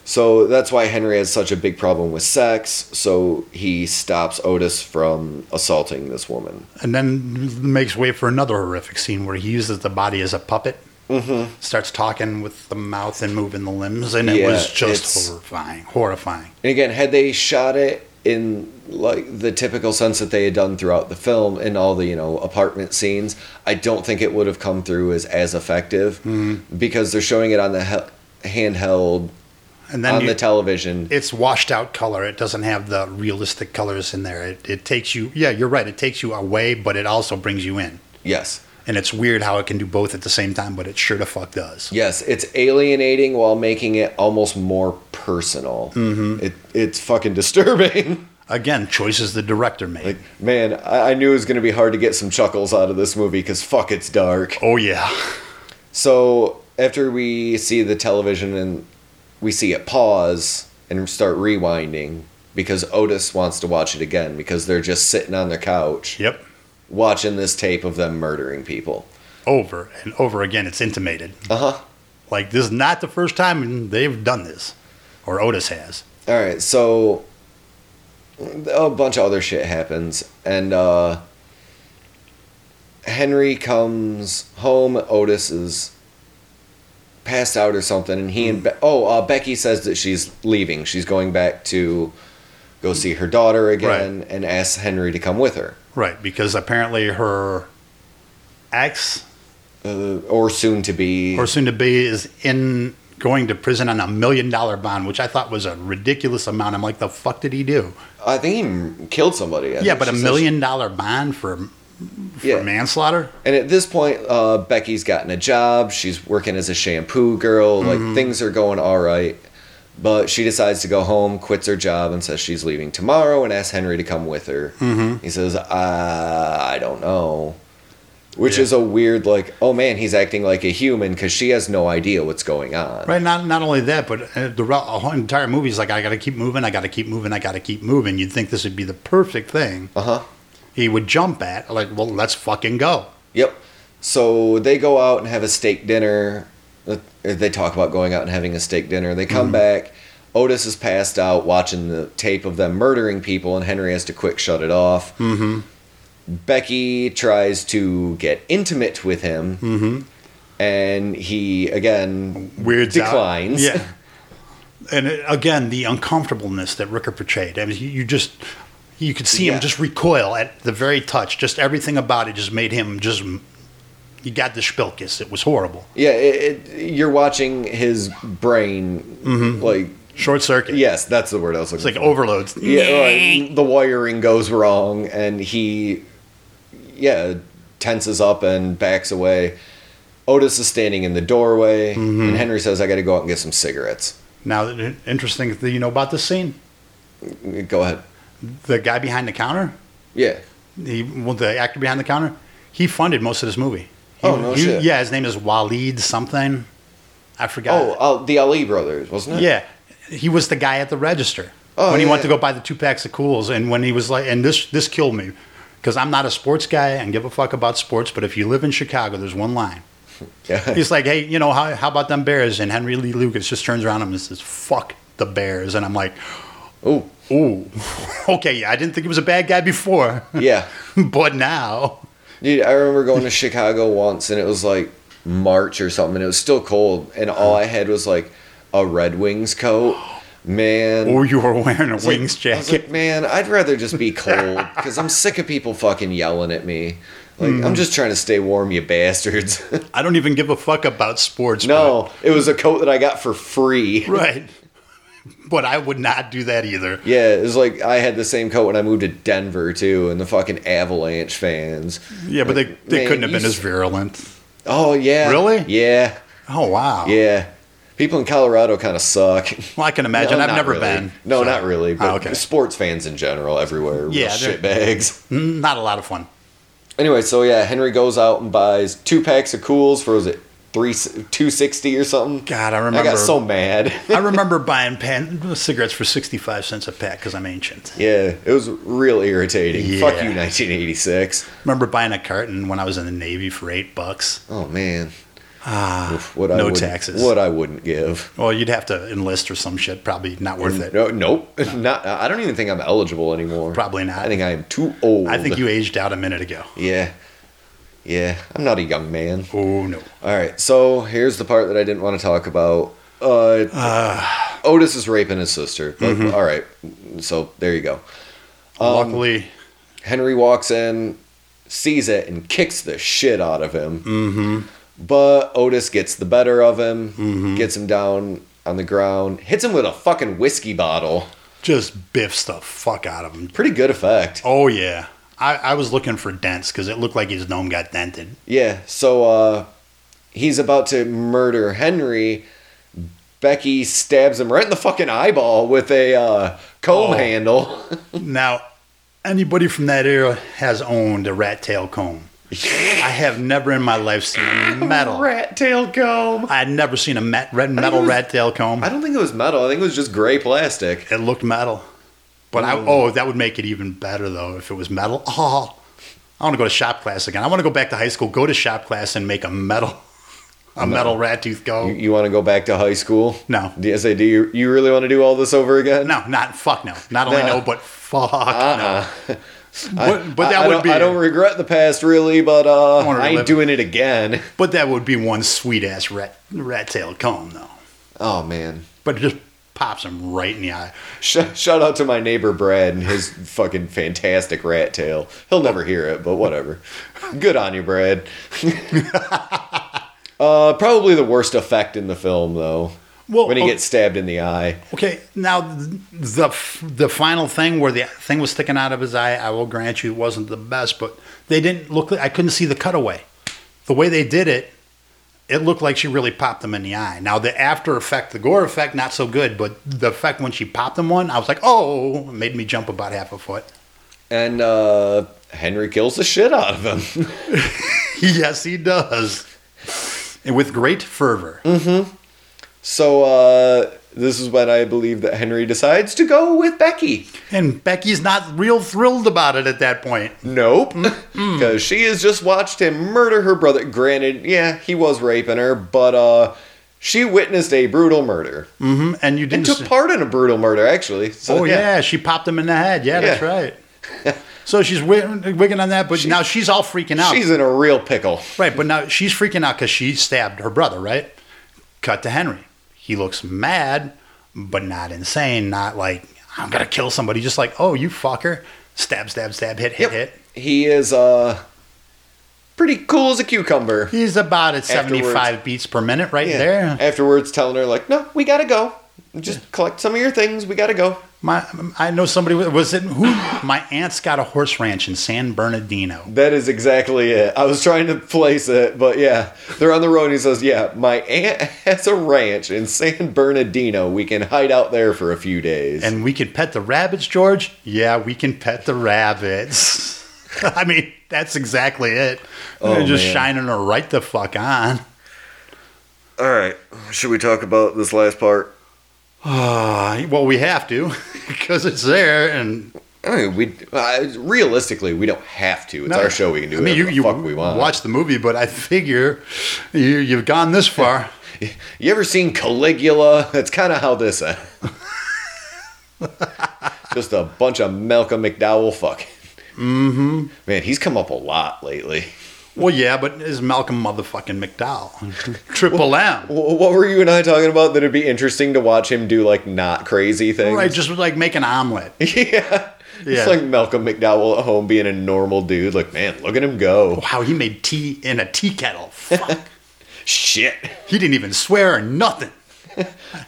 B: So that's why Henry has such a big problem with sex. So he stops Otis from assaulting this woman.
C: and then makes way for another horrific scene where he uses the body as a puppet. Mm-hmm. Starts talking with the mouth and moving the limbs, and it
B: Yeah,
C: was just
B: it's-
C: horrifying. Horrifying.
B: And again, had they shot it in like the typical sense that they had done throughout the film in all the you know apartment scenes, I don't think it would have come through as as effective
C: Mm-hmm.
B: because they're showing it on the he- handheld
C: And then
B: on
C: you-
B: the television.
C: it's washed out color. It doesn't have the realistic colors in there. It, it takes you, yeah, you're right. It takes you away, but it also brings you in.
B: yes,
C: And it's weird how it can do both at the same time, but it sure the fuck does.
B: yes, it's alienating while making it almost more personal. Mm-hmm. It it's fucking disturbing.
C: Again, choices the director made.
B: Man, I, I knew it was going to be hard to get some chuckles out of this movie because fuck, it's dark.
C: oh, yeah.
B: So after we see the television and we see it pause and start rewinding because Otis wants to watch it again because they're just sitting on their couch
C: Yep.
B: watching this tape of them murdering people.
C: Over and over again, it's intimated.
B: Uh huh.
C: Like this is not the first time they've done this, or Otis has.
B: All right, so a bunch of other shit happens, and uh, Henry comes home. Otis is passed out or something, and he and Be- oh, uh, Becky says that she's leaving. She's going back to go see her daughter again, and asks Henry to come with her,
C: Right, because apparently her ex
B: uh, or soon to be.
C: or soon to be is in going to prison on a million dollar bond, which I thought was a ridiculous amount. I'm like, the fuck did he do?
B: I think he m- killed somebody. I
C: yeah,
B: think
C: but a
B: she says-
C: million dollar bond for, for
B: Yeah.
C: manslaughter?
B: And at this point, uh, Becky's gotten a job. She's working as a shampoo girl. Like things are going all right. But she decides to go home, quits her job, and says she's leaving tomorrow and asks Henry to come with her. He says, uh, I don't know. Which
C: Yeah.
B: is a weird, like, oh man, he's acting like a human because she has no idea what's going on.
C: Right, not not only that, but uh, the ro- a whole entire movie is like, I gotta keep moving, I gotta keep moving, I gotta keep moving. You'd think this would be the perfect thing
B: Uh huh.
C: he would jump at, like, well, let's fucking go.
B: Yep. So they go out and have a steak dinner. Uh, They talk about going out and having a steak dinner. They come
C: Mm-hmm.
B: back. Otis is passed out watching the tape of them murdering people, and Henry has to quick shut it off. Mm-hmm. Becky tries to get intimate with him, mm-hmm. and he again
C: weirds out.
B: declines.
C: Yeah. And it, again, the uncomfortableness that Ricker portrayed. I mean, you, you just you could see
B: Yeah.
C: him just recoil at the very touch. Just everything about it just made him just you got the Spilkis. It was horrible.
B: Yeah, it, it, you're watching his brain, like
C: Short circuit.
B: yes, that's the word I was looking.
C: Mm-hmm. It's like
B: for.
C: overloads.
B: yeah, like, the wiring goes wrong, and he, yeah, tenses up and backs away. Otis is standing in the doorway,
C: Mm-hmm.
B: and Henry says, "I got to go out and get some cigarettes."
C: Now, the interesting thing you know about this scene,
B: Go ahead.
C: the guy behind the counter,
B: Yeah.
C: he, well, the actor behind the counter, he funded most of this movie. He-
B: Oh, no
C: he-
B: shit.
C: Yeah, his name is Waleed something. I forgot.
B: Oh, uh, the Ali brothers, wasn't it?
C: Yeah, he was the guy at the register
B: Oh,
C: when he
B: yeah,
C: went to
B: yeah.
C: go buy the two packs of cools, and when he was like, and this this killed me because I'm not a sports guy and give a fuck about sports, but if you live in Chicago, there's one line.
B: Yeah.
C: He's like, hey, you know, how, how about them Bears? And Henry Lee Lucas just turns around and says, fuck the Bears, and I'm like,
B: Oh,
C: ooh, okay, yeah, I didn't think he was a bad guy before,
B: yeah.
C: but now.
B: Dude, I remember going to Chicago once and it was like March or something. And it was still cold, and all
C: Uh-huh.
B: I had was like a Red Wings coat. Man,
C: Oh, you were wearing
B: I
C: a
B: was like-
C: wings
B: I was
C: jacket.
B: like, man, I'd rather just be cold because I'm sick of people fucking yelling at me. Like,
C: Hmm.
B: I'm just trying to stay warm, you bastards.
C: I don't even give a fuck about sports.
B: no, it was a coat that I got for free.
C: but- right. But I would not do that either.
B: Yeah, it was like I had the same coat when I moved to Denver too, and the fucking Avalanche fans.
C: Yeah, but they, they
B: Man,
C: couldn't have
B: you
C: been as
B: s-
C: virulent.
B: Oh yeah,
C: Really?
B: Yeah,
C: Oh wow!
B: yeah. People in Colorado kind of suck.
C: Well, I can imagine.
B: No,
C: I've
B: not
C: never
B: really.
C: been.
B: No,
C: so-
B: not really. But
C: Ah, okay.
B: sports fans in general, everywhere, yeah,
C: Yeah, they're-
B: shit bags.
C: Mm, Not a lot of fun.
B: Anyway, so yeah, Henry goes out and buys two packs of cools for was it three two sixty or something.
C: God, I
B: I
C: remember.
B: got so mad.
C: I remember buying pan- cigarettes for sixty-five cents a pack because I'm ancient.
B: yeah, it was real irritating.
C: Yeah.
B: Fuck you, nineteen eighty six.
C: Remember buying a carton when I was in the Navy for eight bucks.
B: Oh man,
C: Ah,
B: Oof, what I
C: no
B: wouldn't-
C: taxes.
B: What I wouldn't give.
C: well, you'd have to enlist or some shit. Probably not worth it.
B: No, nope. Not. I don't even think I'm eligible anymore.
C: Probably not.
B: I think I am too old.
C: I think you aged out a minute ago.
B: Yeah. Yeah, I'm not a young man.
C: Oh no!
B: All right, so here's the part that I didn't want to talk about. Uh, Otis is raping his sister. But, all right, so there you go. Um,
C: Luckily,
B: Henry walks in, sees it, and kicks the shit out of him.
C: Mm.
B: Mm-hmm. But Otis gets the better of him, gets him down on the ground, hits him with a fucking whiskey bottle.
C: just biffs the fuck out of him.
B: Pretty good effect.
C: Oh yeah, I, I was looking for dents because it looked like his dome got dented.
B: Yeah, so uh, he's about to murder Henry. Becky stabs him right in the fucking eyeball with a uh, comb
C: Oh.
B: handle.
C: Now, anybody from that era has owned a rat tail comb. I have never in my life seen a metal.
B: Rat tail comb.
C: I had never seen a met, red metal
B: it was-
C: rat tail comb.
B: I don't think it was metal. I think it was just gray plastic.
C: It looked metal, but I oh that would make it even better though if it was metal. Oh, I want to go to shop class again. I want to go back to high school, go to shop class, and make a metal, a metal rat tooth
B: You,
C: comb.
B: you want to go back to high school?
C: No.
B: DSA, do you, you really want to do all this over again?
C: No, not fuck no. Not only
B: No. Uh,
C: no, but fuck no. But, but
B: I-
C: that
B: Uh-uh. I,
C: would
B: don't,
C: be
B: I don't regret the past, really, but uh,
C: wanna
B: I ain't
C: relive-
B: doing it again.
C: but that would be one sweet ass rat rat tail comb though.
B: Oh, man.
C: but it just pops him right in the eye.
B: Sh- shout out to my neighbor Brad and his fucking fantastic rat tail. He'll never hear it, but whatever. Good on you, Brad. uh, probably the worst effect in the film, though.
C: Well,
B: when he
C: oh-
B: gets stabbed in the eye.
C: Okay, now th- the f- the final thing where the thing was sticking out of his eye, I will grant you, it wasn't the best, but they didn't look. Like, I couldn't see the cutaway. The way they did it, it looked like she really popped him in the eye. Now the after effect, the gore effect, not so good, but the effect when she popped him one, I was like, oh, it made me jump about half a foot.
B: And uh, Henry kills the shit out of him.
C: yes, he does, and with great fervor.
B: so uh, this is when I believe that Henry decides to go with Becky.
C: And Becky's not real thrilled about it at that point.
B: Nope. Because she has just watched him murder her brother. Granted, yeah, he was raping her, but uh, she witnessed a brutal murder.
C: hmm And you
B: And
C: didn't
B: took
C: s-
B: part in a brutal murder, actually. So,
C: oh yeah. she popped him in the head. Yeah, that's
B: Yeah.
C: right. so she's wi- wigging on that, but now she's all freaking out.
B: She's in a real pickle.
C: right, but now she's freaking out because she stabbed her brother. Right. Cut to Henry. He looks mad, but not insane. Not like I'm gonna kill somebody. Just like oh you fucker. Stab, stab, stab. Hit, hit, hit.
B: He is uh pretty cool as a cucumber.
C: He's about at
B: Afterwards.
C: 75 beats per minute right
B: Yeah.
C: there.
B: Afterwards, telling her like, "No, we gotta go. Just collect some of your things. We gotta go."
C: My, I know somebody was it who my aunt's got a horse ranch in San Bernardino.
B: That is exactly it. I was trying to place it, but yeah, they're on the road. And he says, "Yeah, my aunt has a ranch in San Bernardino. We can hide out there for a few days."
C: And we can pet the rabbits, George? Yeah, we can pet the rabbits. I mean, that's exactly it. They're
B: Oh,
C: just
B: man.
C: shining her right the fuck on.
B: all right, should we talk about this last part?
C: Uh, well, we have to because it's there. And
B: I mean, we uh, realistically we don't have to. It's our show. We can do
C: I mean,
B: whatever
C: you,
B: the
C: you
B: fuck we want.
C: watch the movie, but I figure you, you've gone this far.
B: You ever seen Caligula? That's kind of how this ends. Just a bunch of Malcolm McDowell fucking. Mm-hmm. Man, he's come up a lot lately.
C: well, yeah, but is Malcolm motherfucking McDowell Triple M?
B: Wh- What were you and I talking about that it'd be interesting to watch him do like not crazy things?
C: Right, just like make an omelet.
B: yeah.
C: Yeah.
B: It's like Malcolm McDowell at home being a normal dude. Like, man, look at him go.
C: Wow, he made tea in a tea kettle. Fuck.
B: Shit.
C: he didn't even swear or nothing.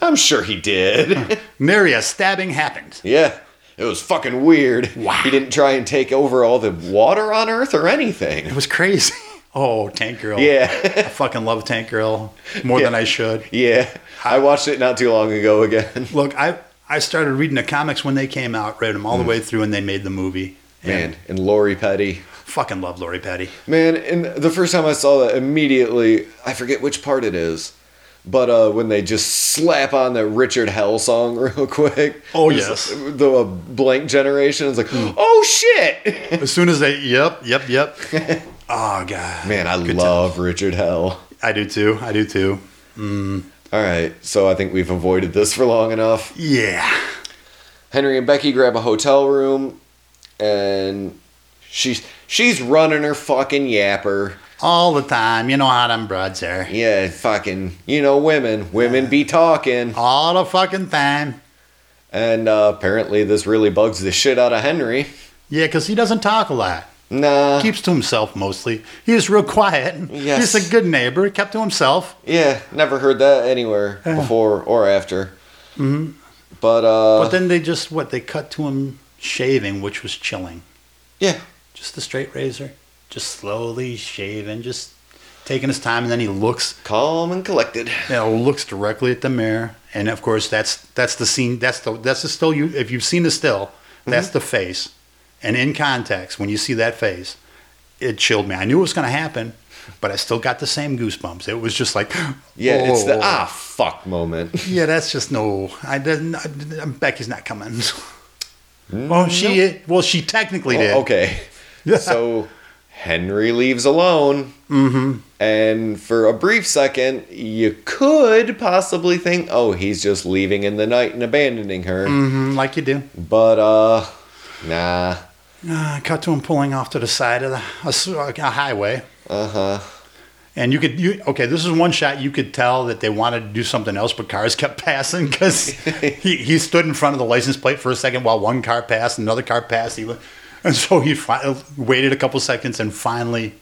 B: I'm sure he did.
C: Nary a stabbing happened.
B: yeah. It was fucking weird.
C: Wow.
B: He didn't try and take over all the water on Earth or anything.
C: It was crazy. Oh, Tank Girl.
B: Yeah.
C: I fucking love Tank Girl more than I should.
B: Yeah, I watched it not too long ago again.
C: Look, I I started reading the comics when they came out, read them all
B: Mm.
C: the way through, and they made the movie. And
B: Man, and Lori Petty.
C: fucking love Lori Petty.
B: Man, and the first time I saw that, immediately I forget which part it is, but uh, when they just slap on that Richard Hell song real quick.
C: Oh,
B: It's
C: yes.
B: the uh, blank generation is like, oh shit.
C: As soon as they, yep, yep, yep. oh god,
B: Man, I love Richard Hell.
C: I do too. I do too.
B: All right, so I think we've avoided this for long enough.
C: Yeah.
B: Henry and Becky grab a hotel room, and she's she's running her fucking yapper.
C: All the time, you know how them broads are.
B: Yeah, fucking, you know, women. Women be talking.
C: All the fucking time.
B: And uh, apparently, this really bugs the shit out of Henry.
C: Yeah, 'cause he doesn't talk a lot.
B: Nah.
C: Keeps to himself mostly. He was real quiet.
B: Yes.
C: He's a good neighbor. Kept to himself.
B: Yeah, never heard that anywhere before or after. Mm-hmm. But, uh,
C: But then they just what they cut to him shaving, which was chilling.
B: yeah,
C: Just the straight razor, just slowly shaving, just taking his time, and then he looks,
B: calm and collected.
C: you know, looks directly at the mirror, and of course that's that's the scene, that's the that's the still you if you've seen the still,
B: Mm-hmm.
C: that's the face, and in context when you see that face, it chilled me. I knew it was going to happen, but I still got the same goosebumps. It was just like,
B: Yeah, it's the
C: "Oh."
B: ah fuck moment.
C: Yeah, that's just no. I didn't. I didn't- Becky's not coming. well, she well she technically did.
B: Mm, Oh, okay. so Henry leaves alone. Mm-hmm. And for a brief second, you could possibly think, oh, he's just leaving in the night and abandoning her.
C: Mhm, like you do.
B: But uh, nah.
C: Uh, cut to him pulling off to the side of the a s- a, highway,
B: Uh huh.
C: and you could you okay. This is one shot you could tell that they wanted to do something else, but cars kept passing because he, he stood in front of the license plate for a second while one car passed, another car passed, he, wa- and so he fi- waited a couple seconds and finally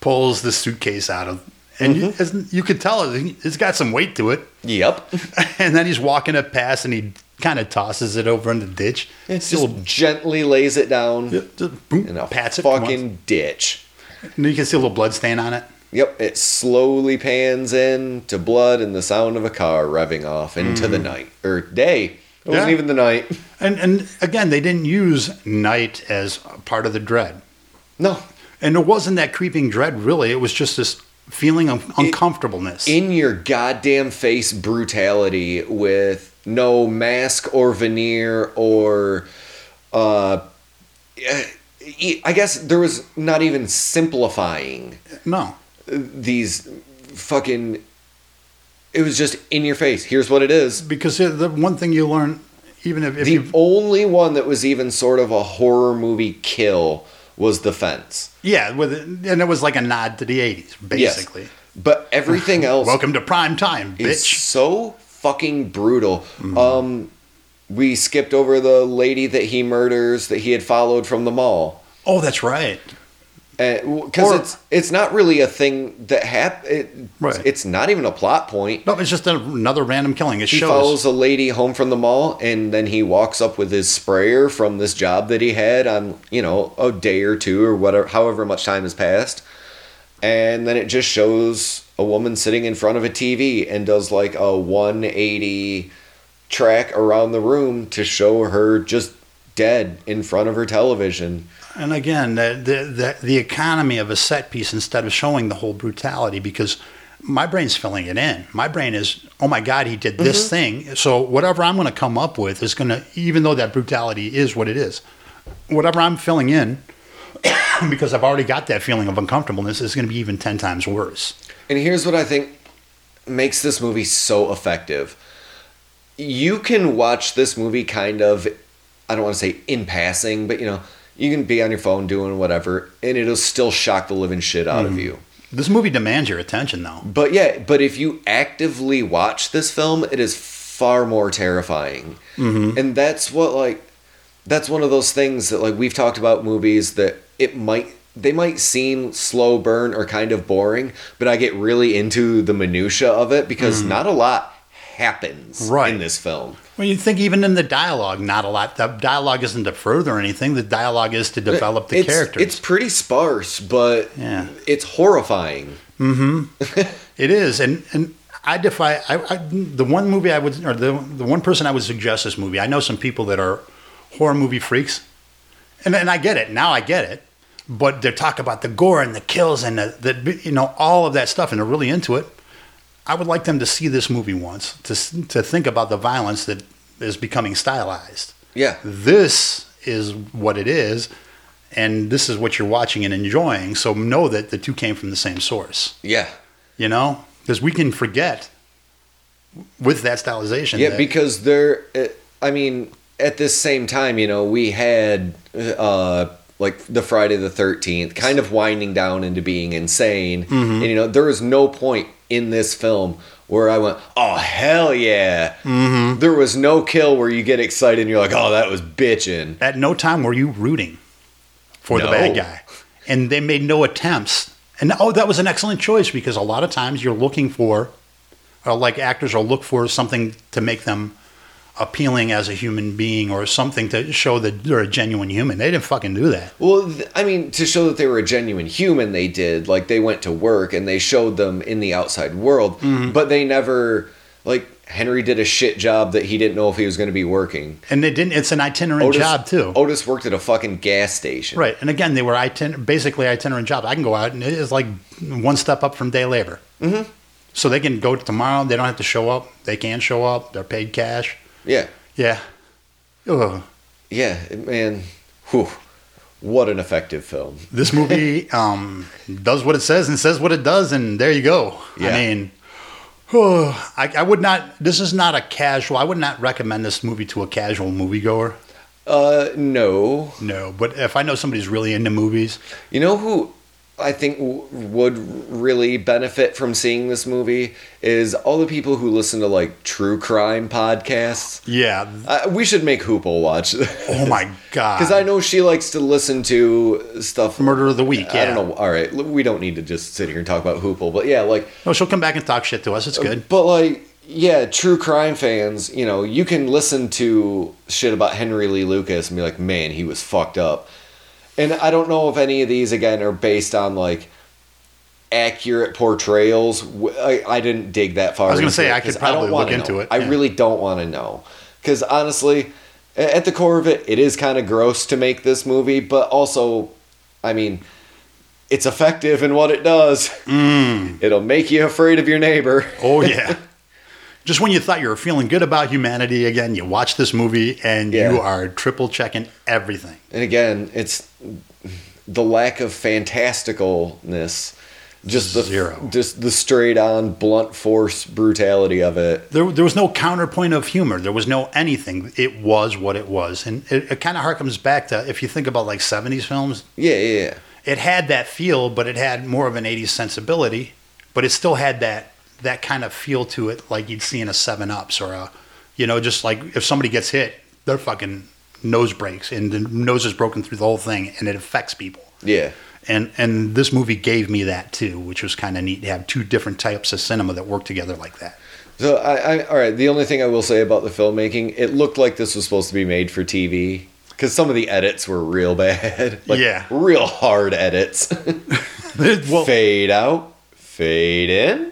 C: pulls the suitcase out of. And you- as- you could tell it- it's got some weight to it.
B: Yep.
C: And then he's walking it past and he kind of tosses it over in the ditch.
B: It's
C: Still-
B: just gently lays it down
C: just boom,
B: in a
C: pats it.
B: fucking
C: Fucking.
B: ditch.
C: And you can see a little blood stain on it.
B: Yep. It slowly pans in to blood and the sound of a car revving off into the night or day. It wasn't
C: Yeah.
B: even the night.
C: And, and again, they didn't use night as a part of the dread.
B: No.
C: And it wasn't that creeping dread, really. It was just this feeling of uncomfortableness.
B: In your goddamn face brutality with no mask or veneer or uh eh, I guess there was not even simplifying.
C: no.
B: these fucking it was just in your face here's what it is
C: Because the- the one thing you learn, even if, if
B: the
C: you.
B: only one that was even sort of a horror movie kill was the fence
C: Yeah, with it, and it was like a nod to the 80s,
B: Yes.
C: basically.
B: but everything else
C: Welcome to prime time,
B: is
C: bitch. Mm.
B: so fucking brutal um we skipped over the lady that he murders that he had followed from the mall
C: Oh, that's right.
B: because
C: Or-
B: it's it's not really a thing that hap- it,
C: Right.
B: It's not even a plot point.
C: No, it's just another random killing. It
B: He
C: shows.
B: follows a lady home from the mall, and then he walks up with his sprayer from this job that he had on you know a day or two or whatever, however much time has passed, and then it just shows a woman sitting in front of a TV and does like a one eighty track around the room to show her just dead in front of her television.
C: And again, the, the, the, the economy of a set piece instead of showing the whole brutality because my brain's filling it in. My brain is, oh my God, he did
B: Mm-hmm.
C: this thing. So whatever I'm going to come up with is going to, even though that brutality is what it is, whatever I'm filling in, because I've already got that feeling of uncomfortableness, is going to be even 10 times worse.
B: And here's what I think makes this movie so effective. You can watch this movie kind of, I don't want to say in passing, but you know, you can be on your phone doing whatever, and it'll still shock the living shit out of you.
C: This movie demands your attention, though.
B: But yeah, but if you actively watch this film, it is far more terrifying.
C: Mm-hmm.
B: And that's what like that's one of those things that like we've talked about movies that it might they might seem slow burn or kind of boring, but I get really into the minutia of it because not a lot happens
C: Mm. Right.
B: in this film.
C: Well, you think even in the dialogue, not a lot. The dialogue isn't to further anything. The dialogue is to develop the
B: it's,
C: characters.
B: It's pretty sparse, but
C: Yeah.
B: it's horrifying.
C: It is, and and I defy. I, I the one movie I would, or the the one person I would suggest this movie. I know some people that are horror movie freaks, and and I get it now. I get it, but they talk about the gore and the kills and the, the you know all of that stuff, and they're really into it. I would like them to see this movie once to s- to think about the violence that is becoming stylized.
B: Yeah.
C: This is what it is. And this is what you're watching and enjoying. So know that the two came from the same source
B: Yeah.
C: you know because we can forget with that stylization
B: Yeah,
C: that-
B: because they're. uh, I mean, at this same time, you know, we had uh, like the Friday the Thirteenth kind of winding down into being insane, and you know, there was no point in this film where I went, "Oh hell yeah!" Mm-hmm. There was no kill where you get excited and you're like, "Oh, that was bitching."
C: at no time were you rooting for the
B: No.
C: bad guy and they made no attempts and oh that was an excellent choice because a lot of times you're looking for or like actors will look for something to make them appealing as a human being or something to show that they're a genuine human they didn't fucking do that
B: Well, th- I mean, to show that they were a genuine human, they did. Like, they went to work and they showed them in the outside world,
C: Mm-hmm.
B: but they never, like, Henry did a shit job that he didn't know if he was going to be working.
C: and they didn't it's an itinerant job too
B: Otis worked at a fucking gas station.
C: Right, and again, they were iten- basically itinerant jobs. I can go out and it's like one step up from day labor. Mm-hmm. So they can go tomorrow. They don't have to show up. They can show up. They're paid cash.
B: Yeah.
C: Yeah. Ugh.
B: Yeah, man. Whew. What an effective film.
C: This movie um, does what it says and says what it does, and there you go.
B: Yeah.
C: I mean, oh, I, I would not. This is not a casual. I would not recommend this movie to a casual moviegoer.
B: Uh, no.
C: No, but if I know somebody's really into movies,
B: You know who I think w- would really benefit from seeing this movie is all the people who listen to, like, true crime podcasts.
C: yeah.
B: Uh, we should make Hoople watch this.
C: Oh my god.
B: Because I know she likes to listen to stuff.
C: Murder of the week. Yeah.
B: I don't know. All right, l- we don't need to just sit here and talk about Hoople, but yeah, like,
C: No, she'll come back and talk shit to us. It's good.
B: but like, yeah, true crime fans, you know, you can listen to shit about Henry Lee Lucas and be like, man, he was fucked up. And I don't know if any of these again are based on like accurate portrayals. W- I, I didn't dig that far.
C: I was gonna
B: into
C: say,
B: it
C: I could
B: 'cause
C: probably
B: don't wanna
C: look into
B: know.
C: it,
B: I
C: yeah.
B: really don't want to know because honestly, a- at the core of it, it is kind of gross to make this movie, but also, I mean, it's effective in what it does.
C: Mm.
B: It'll make you afraid of your neighbor.
C: Oh yeah. Just when you thought you were feeling good about humanity again, you watch this movie and
B: Yeah.
C: you are triple checking everything.
B: And again, it's the lack of fantasticalness. Just the
C: Zero.
B: just the straight on blunt force brutality of it.
C: There, there was no counterpoint of humor. There was no anything. It was what it was, and it, it kind of harkens back to if you think about like '70s films.
B: Yeah, yeah, yeah.
C: It had that feel, but it had more of an '80s sensibility. But it still had that that kind of feel to it, like you'd see in a Seven Ups or a, you know, just like if somebody gets hit, their fucking nose breaks and the nose is broken through the whole thing, and it affects people.
B: Yeah.
C: and and this movie gave me that too, which was kind of neat to have two different types of cinema that work together like that.
B: So I, I all right. The only thing I will say about the filmmaking, it looked like this was supposed to be made for TV because some of the edits were real bad. Like,
C: Yeah.
B: real hard edits.
C: well,
B: fade out, fade in.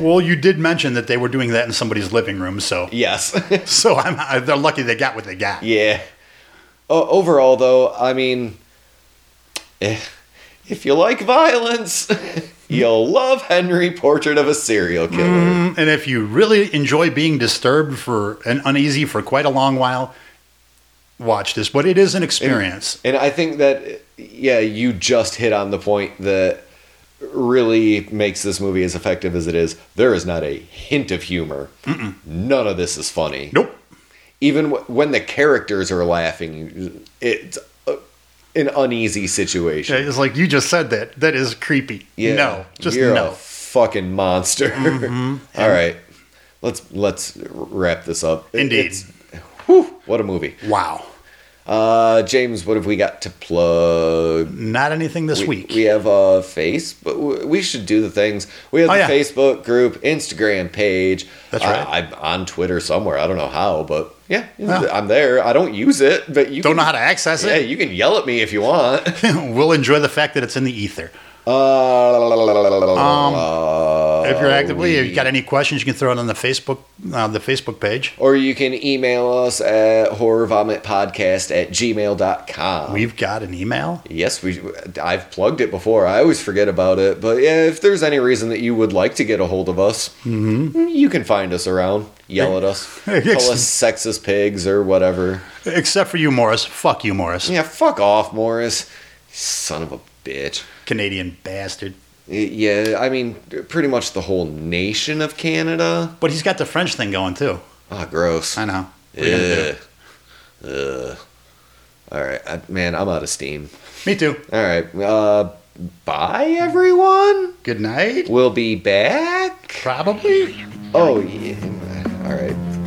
C: well, you did mention that they were doing that in somebody's living room, so
B: Yes.
C: so I'm I, they're lucky they got what they got.
B: yeah. O- overall, though, I mean, eh, if you like violence, you'll love Henry Portrait of a Serial Killer.
C: And if you really enjoy being disturbed for and uneasy for quite a long while, watch this. But it is an experience.
B: And I think that yeah, you just hit on the point that really makes this movie as effective as it is. There is not a hint of humor. None of this is funny.
C: nope.
B: Even w- when the characters are laughing, it's a, an uneasy situation.
C: It's like you just said that. That is creepy. No, just
B: you're
C: no. Mm-hmm.
B: a fucking monster. All right, let's let's wrap this up. It-
C: Indeed.
B: it's- whew, what a movie.
C: wow.
B: Uh, James, what have we got to plug?
C: Not anything this
B: we,
C: week.
B: we have a face, but w- we should do the things. We have
C: Oh,
B: the
C: yeah.
B: Facebook group, Instagram page.
C: That's
B: I-
C: right.
B: I'm on Twitter somewhere. I don't know how, but yeah,
C: Yeah.
B: I'm there. I don't use it, but you
C: Don't
B: can,
C: know how to access
B: Yeah,
C: it.
B: you can yell at me if you want.
C: we'll enjoy the fact that it's in the ether.
B: Uh,
C: Um, If you're actively, if
B: we-
C: you got any questions, you can throw it on the Facebook, uh, the Facebook page.
B: Or you can email us at horrorvomitpodcast at gmail.com.
C: We've got an email.
B: Yes, we. I've plugged it before. I always forget about it. But yeah, if there's any reason that you would like to get a hold of us,
C: Mm-hmm.
B: you can find us around. Yell at us. Call us sexist pigs or whatever.
C: Except for you, Morris. Fuck you, Morris.
B: Yeah, fuck off, Morris. Son of a bitch.
C: Canadian bastard.
B: Yeah, I mean, pretty much the whole nation of Canada.
C: But he's got the French thing going too.
B: Ah, gross.
C: I know. What are you gonna do?
B: Ugh. Ugh. All right, I, man, I'm out of steam.
C: Me too.
B: All right, uh, bye everyone.
C: Good night.
B: We'll be back.
C: Probably.
B: Oh, yeah. All right.